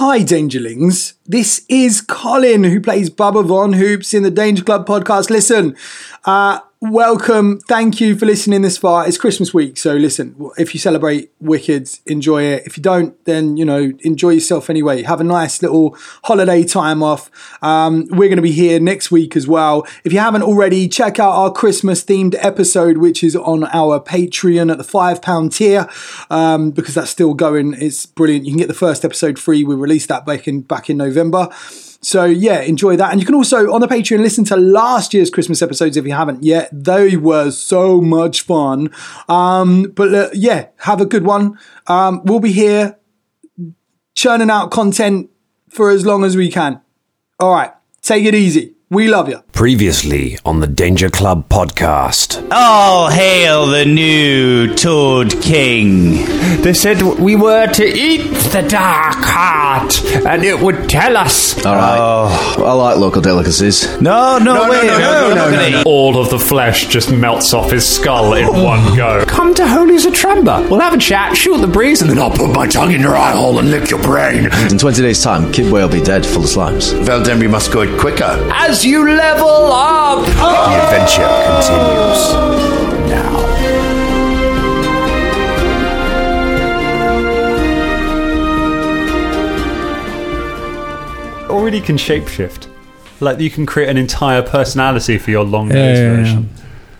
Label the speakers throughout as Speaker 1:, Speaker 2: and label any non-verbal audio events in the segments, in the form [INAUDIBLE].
Speaker 1: Hi, Dangerlings. This is Colin, who plays Bubba Von Hoops in the Danger Club podcast. Listen, uh, welcome. Thank you for listening this far. It's Christmas week, so listen, if you celebrate Wicked, enjoy it. If you don't, then, you know, enjoy yourself anyway. Have a nice little holiday time off. Um, we're going to be here next week as well. If you haven't already, check out our Christmas themed episode, which is on our Patreon at the £5 tier, um, because that's still going. It's brilliant. You can get the first episode free. We released that back in, back in November. So yeah, enjoy that. And you can also on the Patreon listen to last year's Christmas episodes if you haven't yet. They were so much fun. Um, but uh, yeah, have a good one. Um, we'll be here churning out content for as long as we can. All right, take it easy. We love you.
Speaker 2: Previously on the Danger Club podcast.
Speaker 3: All hail the new Toad King.
Speaker 4: They said we were to eat the dark heart, and it would tell us.
Speaker 5: All right. I like local delicacies.
Speaker 3: No, no, wait,
Speaker 4: no, no,
Speaker 3: we're not
Speaker 4: no,
Speaker 3: gonna eat.
Speaker 6: all of the flesh just melts off his skull in one go.
Speaker 4: Oh. Come to Holy Zatremba. We'll have a chat, shoot the breeze, and then I'll put my tongue in your eye hole and lick your brain.
Speaker 5: In 20 days' time, Kid Whale will be dead full of slimes.
Speaker 7: Well, then we must go quicker.
Speaker 4: As you level up.
Speaker 7: The adventure continues.
Speaker 6: Already can shapeshift. Like you can create an entire personality for your long nose version.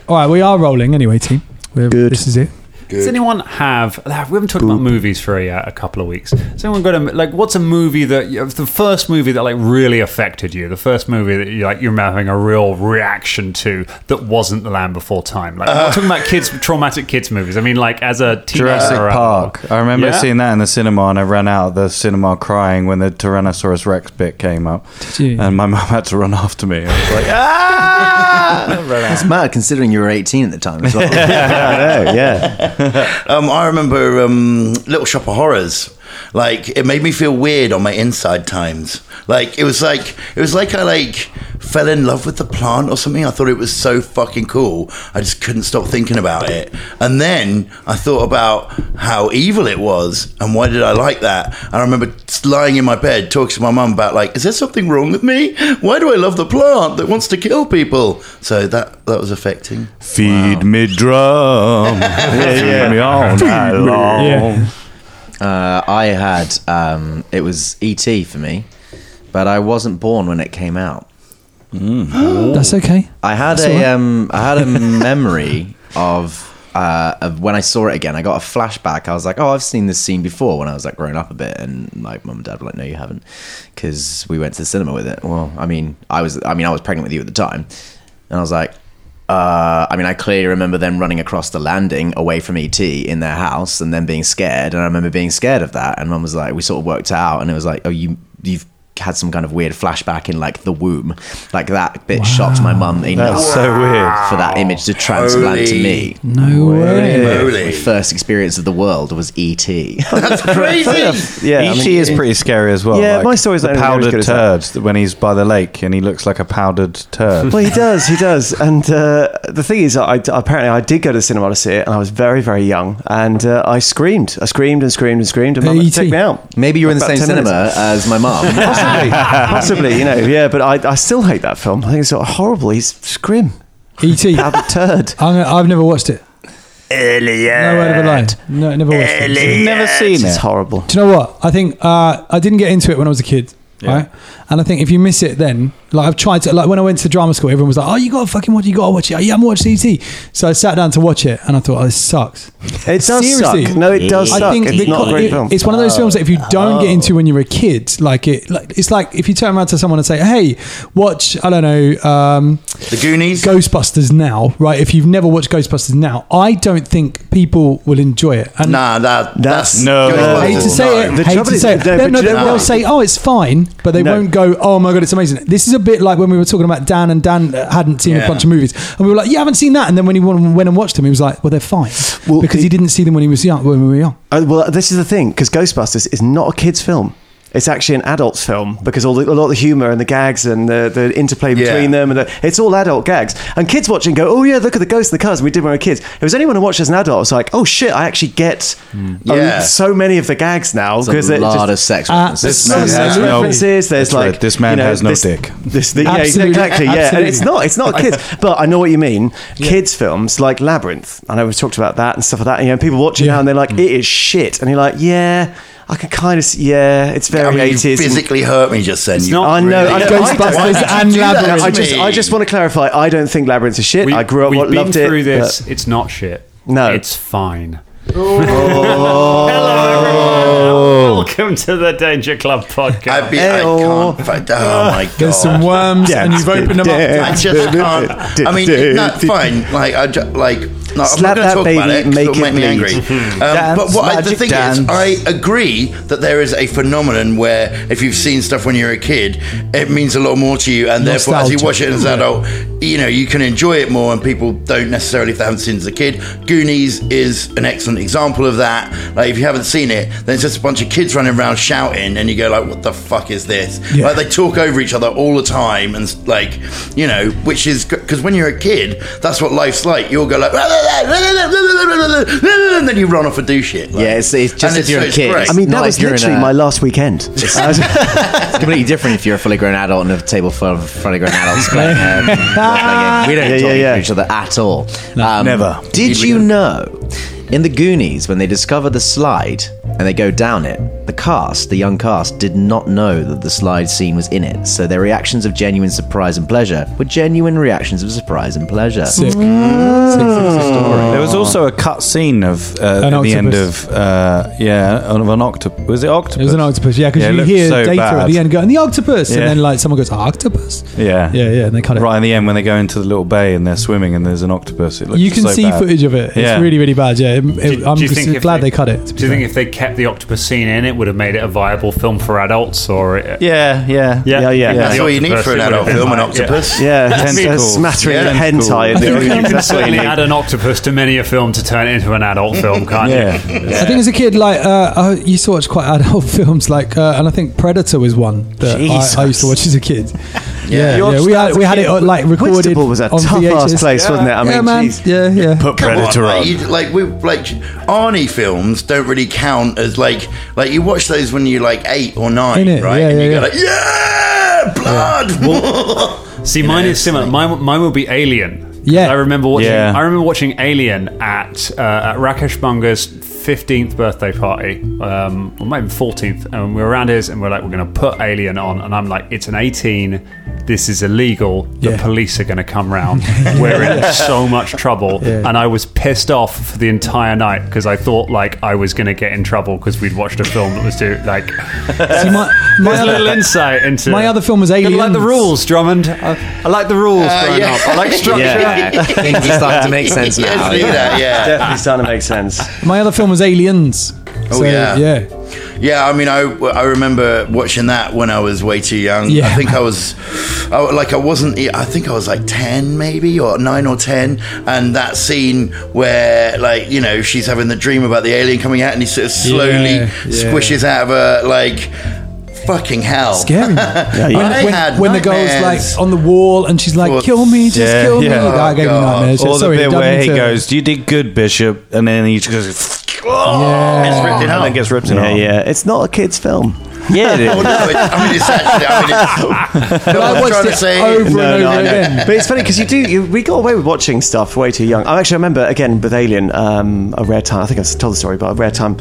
Speaker 8: All right, we are rolling anyway, team. We're, Good. This is it.
Speaker 6: Does anyone have? We haven't talked about movies for a, uh, a couple of weeks. Has anyone got a like? What's a movie that you- the first movie that like really affected you? The first movie that you like you remember having a real reaction to that wasn't The Land Before Time. Like I'm not talking about kids, traumatic kids movies. I mean like as a teenager uh,
Speaker 9: Jurassic
Speaker 6: or a-
Speaker 9: Park. I remember
Speaker 6: Yeah?
Speaker 9: seeing that in the cinema, and I ran out of the cinema crying when the Tyrannosaurus Rex bit came up.
Speaker 8: you?
Speaker 9: And my mum had to run [LAUGHS] after me. I was like,
Speaker 5: That's mad considering you were 18 at the time as well.
Speaker 9: I know, yeah.
Speaker 7: Um, I remember um, Little Shop of Horrors. Like it made me feel weird on my inside times. Like it was like it was like I like fell in love with the plant or something. I thought it was so fucking cool. I just couldn't stop thinking about it. And then I thought about how evil it was and why did I like that? And I remember lying in my bed talking to my mum about like, is there something wrong with me? Why do I love the plant that wants to kill people? So that that was affecting.
Speaker 9: Feed me drum. Feed me all night long.
Speaker 5: uh, I had, um, it was E.T. for me, but I wasn't born when it came out.
Speaker 8: [GASPS] That's okay.
Speaker 5: I had
Speaker 8: all right.
Speaker 5: a, um,
Speaker 8: [LAUGHS]
Speaker 5: I had a memory of, uh, of when I saw it again. I got a flashback. I was like, oh, I've seen this scene before when I was like growing up a bit, and like mum and dad were like, no, you haven't, because we went to the cinema with it. Well, I mean, I was, I mean, I was pregnant with you at the time, and I was like. Uh, I mean, I clearly remember them running across the landing away from ET in their house, and then being scared. And I remember being scared of that. And Mum was like, "We sort of worked it out," and it was like, "Oh, you, you've had some kind of weird flashback in like the womb, like that bit shocked my mum enough."
Speaker 9: That's so weird.
Speaker 5: for that image to transplant to me.
Speaker 8: No way.
Speaker 5: My
Speaker 7: Moly.
Speaker 5: first experience of the world was E E.T.
Speaker 7: [LAUGHS] That's crazy.
Speaker 9: Yeah,
Speaker 5: E.T.
Speaker 9: I mean,
Speaker 5: is
Speaker 9: it-
Speaker 5: pretty
Speaker 9: scary as well.
Speaker 10: Yeah, my story's
Speaker 9: the
Speaker 10: not nearly as
Speaker 9: powdered
Speaker 10: good as
Speaker 9: turd
Speaker 10: that.
Speaker 9: when he's by the lake and he looks like a powdered turd.
Speaker 10: Well, he does, he does. And uh, the thing is, I, apparently I did go to the cinema to see it, and I was very, very young, and uh, I screamed, I screamed and screamed and screamed, and Mum had to
Speaker 8: E.T..
Speaker 10: take me out.
Speaker 5: Maybe you're in the
Speaker 10: About
Speaker 5: same
Speaker 10: 10 minutes.
Speaker 5: cinema as my mum.
Speaker 10: [LAUGHS] Possibly, possibly, you know, yeah. But I, I still hate that film. I think it's sort of horrible. He's scrim, [LAUGHS]
Speaker 8: E.T.
Speaker 10: out
Speaker 8: E I'm,
Speaker 10: of turd.
Speaker 8: I've never watched it.
Speaker 7: Elliot.
Speaker 8: No word of a lie. No, never watched it. So-
Speaker 10: Never seen it. It's horrible.
Speaker 8: Do you know what? I think uh, I didn't get into it when I was a kid. Right, and I think if you miss it, then like I've tried to like when I went to drama school, everyone was like, "Oh, you gotta fucking watch, you gotta watch it." Oh, yeah, I'm watching ET. So I sat down to watch it, and I thought, "Oh, this sucks."
Speaker 10: It does
Speaker 8: Seriously.
Speaker 10: suck. No, it does suck. It's
Speaker 8: because-
Speaker 10: not a great
Speaker 8: it-
Speaker 10: film. Oh.
Speaker 8: It's one of those films that if you don't get into when you're a kid, like it, like it's like if you turn around to someone and say, "Hey, watch," I don't know, um,
Speaker 7: The Goonies.
Speaker 8: Ghostbusters now, right? If you've never watched Ghostbusters now, I don't think people will enjoy it. And
Speaker 7: Nah, that, that's,
Speaker 9: No.
Speaker 8: I hate to say it.
Speaker 10: The
Speaker 8: hate
Speaker 10: trouble
Speaker 8: to
Speaker 10: is-
Speaker 8: say it.
Speaker 10: no,
Speaker 8: They'll-
Speaker 10: but
Speaker 8: no,
Speaker 10: you know
Speaker 8: they'll
Speaker 10: what?
Speaker 8: say, "Oh, it's fine," but they
Speaker 10: No.
Speaker 8: won't go, "Oh my god, it's amazing." This is a bit like when we were talking about Dan, and Dan hadn't seen a
Speaker 7: Yeah.
Speaker 8: bunch of movies, and we were like, "Yeah, I haven't seen that." And then when he went went and watched them, he was like, "Well, they're fine,"
Speaker 10: Well,
Speaker 8: because
Speaker 10: it-
Speaker 8: he didn't see them when he was young. When we were young.
Speaker 10: Uh, well, this is the thing because Ghostbusters is not a kids' film. It's actually an adult's film because all the, a lot of the humor and the gags and the, the interplay
Speaker 7: Yeah.
Speaker 10: between them and the, it's all adult gags. And kids watching go, oh yeah, look at the ghost in the cars we did when we were kids. It was anyone who watched as an adult. It's like, oh shit, I actually get a-
Speaker 7: Yeah.
Speaker 10: so many of the gags now because
Speaker 5: There's Hmm. a lot of sex references.
Speaker 10: There's no
Speaker 9: man
Speaker 10: sex
Speaker 9: has no-
Speaker 10: references. There's
Speaker 9: That's right,
Speaker 10: like
Speaker 9: this man has no
Speaker 10: this-
Speaker 9: dick.
Speaker 10: this- the- yeah,
Speaker 8: Absolutely.
Speaker 10: exactly. Yeah, and
Speaker 8: Absolutely.
Speaker 10: it's not it's not kids,
Speaker 8: [LAUGHS]
Speaker 10: but I know what you mean. Kids films like Labyrinth. I know we've talked about that and stuff like that. And, you know, people watch it now and they're
Speaker 8: Mm.
Speaker 10: like, it is shit, and you're like, yeah, I can kind of yeah, it's
Speaker 7: I
Speaker 10: very
Speaker 7: mean, you
Speaker 10: 80s. and-
Speaker 7: physically hurt me just then. You
Speaker 6: not-
Speaker 10: I know. I know
Speaker 7: Really?
Speaker 10: I don't-
Speaker 7: Why did
Speaker 8: Ghostbusters
Speaker 7: you
Speaker 8: and
Speaker 7: do that
Speaker 8: Labyrinth.
Speaker 7: to
Speaker 10: I just,
Speaker 7: me?
Speaker 10: I just want to clarify. I don't think Labyrinth is shit. I grew up,
Speaker 6: we've
Speaker 10: what,
Speaker 6: been
Speaker 10: loved it.
Speaker 6: through this.
Speaker 10: but-
Speaker 6: It's not shit.
Speaker 10: No.
Speaker 6: it's fine. [LAUGHS]
Speaker 10: Oh.
Speaker 6: Hello, everyone. Welcome to the Danger Club
Speaker 7: I'd
Speaker 6: podcast.
Speaker 7: be, I
Speaker 10: Hey-oh.
Speaker 7: can't fight. Oh my god.
Speaker 8: There's some worms, and you've opened them up.
Speaker 7: I [LAUGHS] just can't. I mean, [LAUGHS] not fine. Like, I ju- like. No, I'm
Speaker 10: Slap
Speaker 7: not going to
Speaker 10: that
Speaker 7: talk about
Speaker 10: baby,
Speaker 7: it. 'cause
Speaker 10: make
Speaker 7: it'll
Speaker 10: it
Speaker 7: make me
Speaker 10: bleed.
Speaker 7: angry. Um, but what I, the
Speaker 9: magic
Speaker 7: thing
Speaker 9: dance.
Speaker 7: is, I agree that there is a phenomenon where if you've seen stuff when you're a kid, it means a lot more to you, and therefore, as you
Speaker 8: Nostalgia.
Speaker 7: watch it as an adult, you know you can enjoy it more, and people don't necessarily if they haven't seen it as a kid. Goonies is an excellent example of that. Like, if you haven't seen it, then it's just a bunch of kids running around shouting, and you go like, "What the fuck is this?"
Speaker 8: Yeah.
Speaker 7: Like, they talk over each other all the time and like you know which is because when you're a kid that's what life's like you'll go like [LAUGHS] and then you run off and do shit like.
Speaker 5: Yeah, it's- it's just
Speaker 7: And
Speaker 5: if you're a
Speaker 7: so it's
Speaker 5: kid.
Speaker 7: great.
Speaker 10: I mean,
Speaker 5: Not
Speaker 10: that
Speaker 5: like
Speaker 10: was
Speaker 5: you're in
Speaker 10: literally
Speaker 5: a-
Speaker 10: my last weekend. I was-
Speaker 5: It's completely different if you're a fully grown adult and a table full of fully grown
Speaker 7: [LAUGHS]
Speaker 5: adults playing. Um, role playing game. we don't
Speaker 10: Yeah,
Speaker 5: talk
Speaker 10: yeah, yeah.
Speaker 5: to each other at all. Um,
Speaker 9: Never.
Speaker 5: Did you know? In the Goonies, when they discover the slide and they go down it, the cast, the young cast, did not know that the slide scene was in it. So their reactions of genuine surprise and pleasure were genuine reactions of surprise and pleasure.
Speaker 8: Sick. Sick, sick, sick.
Speaker 9: There was also a cut scene of uh,
Speaker 8: An
Speaker 9: at the end
Speaker 8: octopus.
Speaker 9: of uh, yeah of an octopus. Was it octopus?
Speaker 8: It was an octopus, yeah, because
Speaker 9: Yeah, it
Speaker 8: you
Speaker 9: looked
Speaker 8: hear
Speaker 9: so
Speaker 8: data at
Speaker 9: bad.
Speaker 8: the end going, the octopus,
Speaker 9: Yeah.
Speaker 8: and then like someone goes, octopus?
Speaker 9: Yeah,
Speaker 8: Yeah, yeah, and they cut it.
Speaker 9: Right in the end, when they go into the little bay and they're swimming and there's an octopus, it looks
Speaker 8: You can
Speaker 9: so
Speaker 8: see
Speaker 9: bad.
Speaker 8: footage of it. It's
Speaker 9: Yeah.
Speaker 8: really, really bad. Yeah, It- it- I'm just
Speaker 6: think if
Speaker 8: glad they, cut it. to be
Speaker 6: Do you
Speaker 8: fair.
Speaker 6: think if they kept the octopus scene in, it would have made it a viable film for adults? Or it,
Speaker 9: Yeah, yeah,
Speaker 10: Yeah, yeah.
Speaker 7: that's
Speaker 6: The
Speaker 7: all you need
Speaker 6: octopus,
Speaker 7: for an
Speaker 6: it would have
Speaker 7: adult
Speaker 6: been
Speaker 7: film
Speaker 6: fine,
Speaker 7: an
Speaker 6: yeah.
Speaker 7: octopus
Speaker 10: yeah, [LAUGHS] a
Speaker 9: Tentacles.
Speaker 10: smattering
Speaker 7: Yeah.
Speaker 10: of hentai. in
Speaker 6: [LAUGHS]
Speaker 10: the
Speaker 6: You
Speaker 10: Goonies,
Speaker 6: can
Speaker 10: That's what you
Speaker 6: certainly [LAUGHS]
Speaker 10: need.
Speaker 6: add an octopus to many a film to turn it into an adult film, can't
Speaker 9: yeah.
Speaker 6: you?
Speaker 8: I think as a kid, like uh, I used to watch quite adult [LAUGHS] films, like uh, and I think Predator was one that I, I used to watch as a kid. Yeah,
Speaker 10: You
Speaker 8: yeah,
Speaker 10: watched
Speaker 8: we
Speaker 10: that
Speaker 8: had
Speaker 10: as a
Speaker 8: we had
Speaker 10: kid?
Speaker 8: it uh, like recorded.
Speaker 10: Whitstable was a
Speaker 8: on
Speaker 10: tough
Speaker 8: VHS.
Speaker 10: ass place, wasn't it? I mean,
Speaker 8: yeah, man.
Speaker 10: jeez.
Speaker 8: Yeah, yeah.
Speaker 9: Put
Speaker 7: Come
Speaker 9: predator
Speaker 7: on,
Speaker 9: on.
Speaker 7: like, you- like we like Arnie films don't really count as like like you watch those when you're like eight or nine,
Speaker 8: Innit?
Speaker 7: right?
Speaker 8: Yeah,
Speaker 7: and you
Speaker 8: yeah,
Speaker 7: go like, yeah, blood.
Speaker 6: See, mine is similar. Mine, mine will be Alien.
Speaker 8: Yeah.
Speaker 6: I remember watching.
Speaker 9: Yeah.
Speaker 6: I remember watching Alien at uh, at Rakesh Bunga's fifteenth birthday party, um, or maybe fourteenth, and we were around his, and we are like, we're going to put Alien on, and I'm like, it's an eighteen. This is illegal. The
Speaker 8: Yeah.
Speaker 6: police are going to
Speaker 8: [LAUGHS]
Speaker 6: come round. We're in so much trouble,
Speaker 8: Yeah.
Speaker 6: and I was pissed off for the entire night because I thought like I was going to get in trouble because we'd watched a film that was too like.
Speaker 8: See, my, my
Speaker 6: There's a
Speaker 8: other- [LAUGHS]
Speaker 6: little insight into
Speaker 8: My other film was
Speaker 6: I like
Speaker 8: Aliens.
Speaker 6: the rules, Drummond. I, I like the rules growing
Speaker 7: [LAUGHS] yeah.
Speaker 6: up. I like
Speaker 7: [LAUGHS]
Speaker 6: structure.
Speaker 5: Yeah, things are starting to make sense
Speaker 7: Yeah,
Speaker 5: now.
Speaker 7: see that, yeah.
Speaker 10: Definitely starting to make sense.
Speaker 8: my other film was Aliens.
Speaker 7: Oh,
Speaker 8: So,
Speaker 7: yeah.
Speaker 8: yeah.
Speaker 7: Yeah, I mean, I, I remember watching that when I was way too young.
Speaker 8: Yeah.
Speaker 7: I think I was, I, like, I wasn't, e, I think I was like 10 maybe, or 9 or 10. And that scene where, like, you know, she's having the dream about the alien coming out and he sort of slowly
Speaker 8: Yeah, yeah.
Speaker 7: squishes out of her, like, fucking hell. [LAUGHS]
Speaker 8: Scary. man. When,
Speaker 7: I
Speaker 8: when-
Speaker 7: had
Speaker 8: when the girl's like
Speaker 7: nightmares.
Speaker 8: on the wall and she's like,
Speaker 7: Well,
Speaker 8: "Kill me, just
Speaker 9: yeah,
Speaker 8: kill me."
Speaker 9: yeah.
Speaker 8: That gave me
Speaker 7: God.
Speaker 8: nightmares.
Speaker 9: Or
Speaker 8: Sorry,
Speaker 9: the bit
Speaker 8: don't
Speaker 9: where
Speaker 8: mean
Speaker 9: he
Speaker 8: to-
Speaker 9: goes, "You did good, Bishop," and then he just goes,
Speaker 8: Yeah.
Speaker 7: It's ripped in
Speaker 9: and then
Speaker 7: half.
Speaker 9: gets ripped in
Speaker 10: Yeah,
Speaker 9: half.
Speaker 10: yeah. It's not a kids' film. Oh. Yeah, it
Speaker 7: Oh,
Speaker 10: is.
Speaker 7: no, it's, I mean, it's actually, I
Speaker 8: [LAUGHS]
Speaker 7: mean, it's, no,
Speaker 8: I
Speaker 7: I'm
Speaker 8: watched
Speaker 7: trying to
Speaker 8: it
Speaker 7: say,
Speaker 8: over
Speaker 10: No,
Speaker 8: and
Speaker 10: no,
Speaker 8: over
Speaker 10: I know.
Speaker 8: again.
Speaker 10: [LAUGHS] But it's funny because you do. You, we got away with watching stuff way too young. I actually remember again with Alien, um, a rare time. I think I've told the story, but a rare time.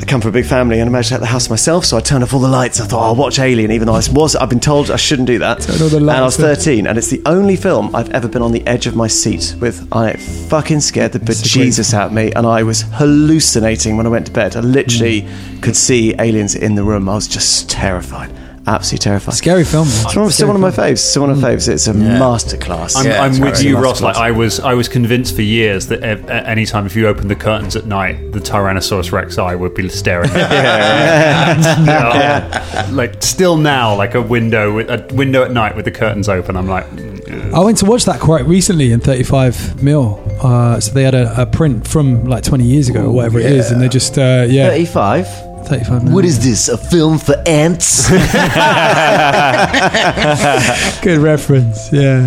Speaker 10: I come from a big family and I managed to get the house myself, so I turned off all the lights. I thought oh, I'll watch Alien, even though I was. I've been told I shouldn't do that.
Speaker 8: Turn all the
Speaker 10: and I
Speaker 8: lights
Speaker 10: was
Speaker 8: off.
Speaker 10: 13, and it's the only film I've ever been on the edge of my seat with. I fucking scared the bejesus out of me, and I was hallucinating when I went to bed. I literally
Speaker 8: Hmm.
Speaker 10: could see aliens in the room. I was just terrified, absolutely terrified.
Speaker 8: Scary film. man.
Speaker 10: It's one, still
Speaker 8: Scary
Speaker 10: one of
Speaker 8: film.
Speaker 10: my faves. Still one of
Speaker 8: Mm.
Speaker 10: my faves. It's a masterclass.
Speaker 6: I'm,
Speaker 7: Yeah,
Speaker 6: I'm
Speaker 7: it's
Speaker 6: with
Speaker 7: very
Speaker 6: you,
Speaker 10: nice
Speaker 6: Ross. Like
Speaker 10: class.
Speaker 6: I was, I was convinced for years that at, at any time if you opened the curtains at night, the Tyrannosaurus Rex eye would be staring. at you. [LAUGHS] Yeah. Like still now, like a window, with, a window at night with the curtains open. I'm like, mm,
Speaker 8: I went to watch that quite recently in 35 mil. Uh, so they had a, a print from like 20 years ago or whatever it is, and they just uh, yeah,
Speaker 5: 35.
Speaker 8: 35 minutes.
Speaker 7: What is this? A film for
Speaker 5: [LAUGHS]
Speaker 7: ants?
Speaker 8: Good reference. Yeah.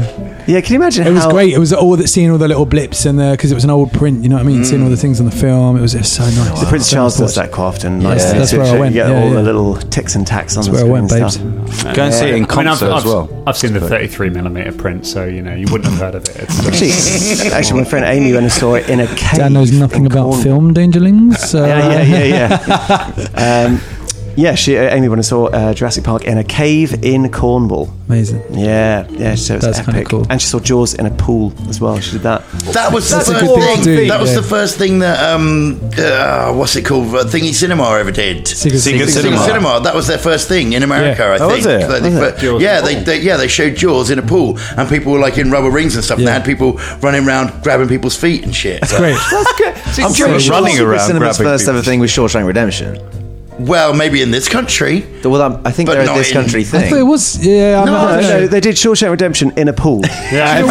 Speaker 10: Yeah. Can you imagine?
Speaker 8: It was
Speaker 10: how-
Speaker 8: great. It was all that seeing all the little blips and the because it was an old print. You know what I mean? Seeing all the things on the film. It was just so nice.
Speaker 10: The Prince
Speaker 8: So
Speaker 10: Charles
Speaker 8: nice
Speaker 10: does
Speaker 8: to watch.
Speaker 10: that quite often.
Speaker 8: Yeah,
Speaker 10: Nice to
Speaker 8: that's
Speaker 10: see
Speaker 8: where I
Speaker 10: it.
Speaker 8: went.
Speaker 10: You get
Speaker 8: Yeah,
Speaker 10: all
Speaker 8: yeah.
Speaker 10: the little ticks and tacks on
Speaker 8: That's
Speaker 10: the
Speaker 8: where I
Speaker 10: screen
Speaker 8: went,
Speaker 10: and
Speaker 8: babes.
Speaker 10: stuff.
Speaker 9: Go and see it in
Speaker 6: I mean, I've,
Speaker 9: concert
Speaker 6: I've,
Speaker 9: as well.
Speaker 6: I've seen the 33 millimeter print, so you know you wouldn't have heard of it. It's, uh,
Speaker 8: [LAUGHS]
Speaker 10: Actually, actually, my friend Amy went and saw it in a cave.
Speaker 8: Dan knows nothing
Speaker 10: in
Speaker 8: about
Speaker 10: Cornwall.
Speaker 8: film, Dangerlings. So,
Speaker 10: yeah, yeah, yeah, yeah. um, yeah, she uh, Amy went and saw uh, Jurassic Park in a cave in Cornwall.
Speaker 8: [LAUGHS] Amazing.
Speaker 10: Yeah, yeah, so it's
Speaker 8: That's kinda
Speaker 10: epic.
Speaker 8: cool.
Speaker 10: And she saw Jaws in a pool as well. She did that.
Speaker 7: That was
Speaker 8: That's a
Speaker 7: the first
Speaker 8: good thing
Speaker 7: thing.
Speaker 8: to do,
Speaker 7: that was
Speaker 8: yeah.
Speaker 7: the first thing that um, uh, what's it called? Uh, Thingy Cinema ever did.
Speaker 8: Secret Secret
Speaker 7: Secret
Speaker 9: Cinema.
Speaker 7: Cinema. That was their first thing in America,
Speaker 8: Yeah.
Speaker 7: I
Speaker 9: Oh, was
Speaker 7: think.
Speaker 9: it?
Speaker 7: Like, they-
Speaker 9: Was
Speaker 7: but- yeah, they, they yeah they showed Jaws in a pool, and people were like in rubber rings and stuff. And
Speaker 8: Yeah.
Speaker 7: they had people running around grabbing people's feet and shit. So-
Speaker 8: Great.
Speaker 9: I'm sure
Speaker 5: Sure,
Speaker 9: running
Speaker 5: Secret
Speaker 9: around
Speaker 5: Cinema's
Speaker 9: grabbing
Speaker 5: first
Speaker 9: people.
Speaker 5: ever thing was Shawshank Redemption.
Speaker 7: Well, maybe in this country.
Speaker 5: Well, um, I think
Speaker 7: But
Speaker 5: they're a
Speaker 7: not
Speaker 5: this
Speaker 7: in-
Speaker 5: country
Speaker 8: I thought it
Speaker 5: thing.
Speaker 8: was. Yeah, I'm
Speaker 7: No,
Speaker 8: not,
Speaker 10: No,
Speaker 8: know.
Speaker 10: no, they did Shawshank Redemption in a pool.
Speaker 6: yeah,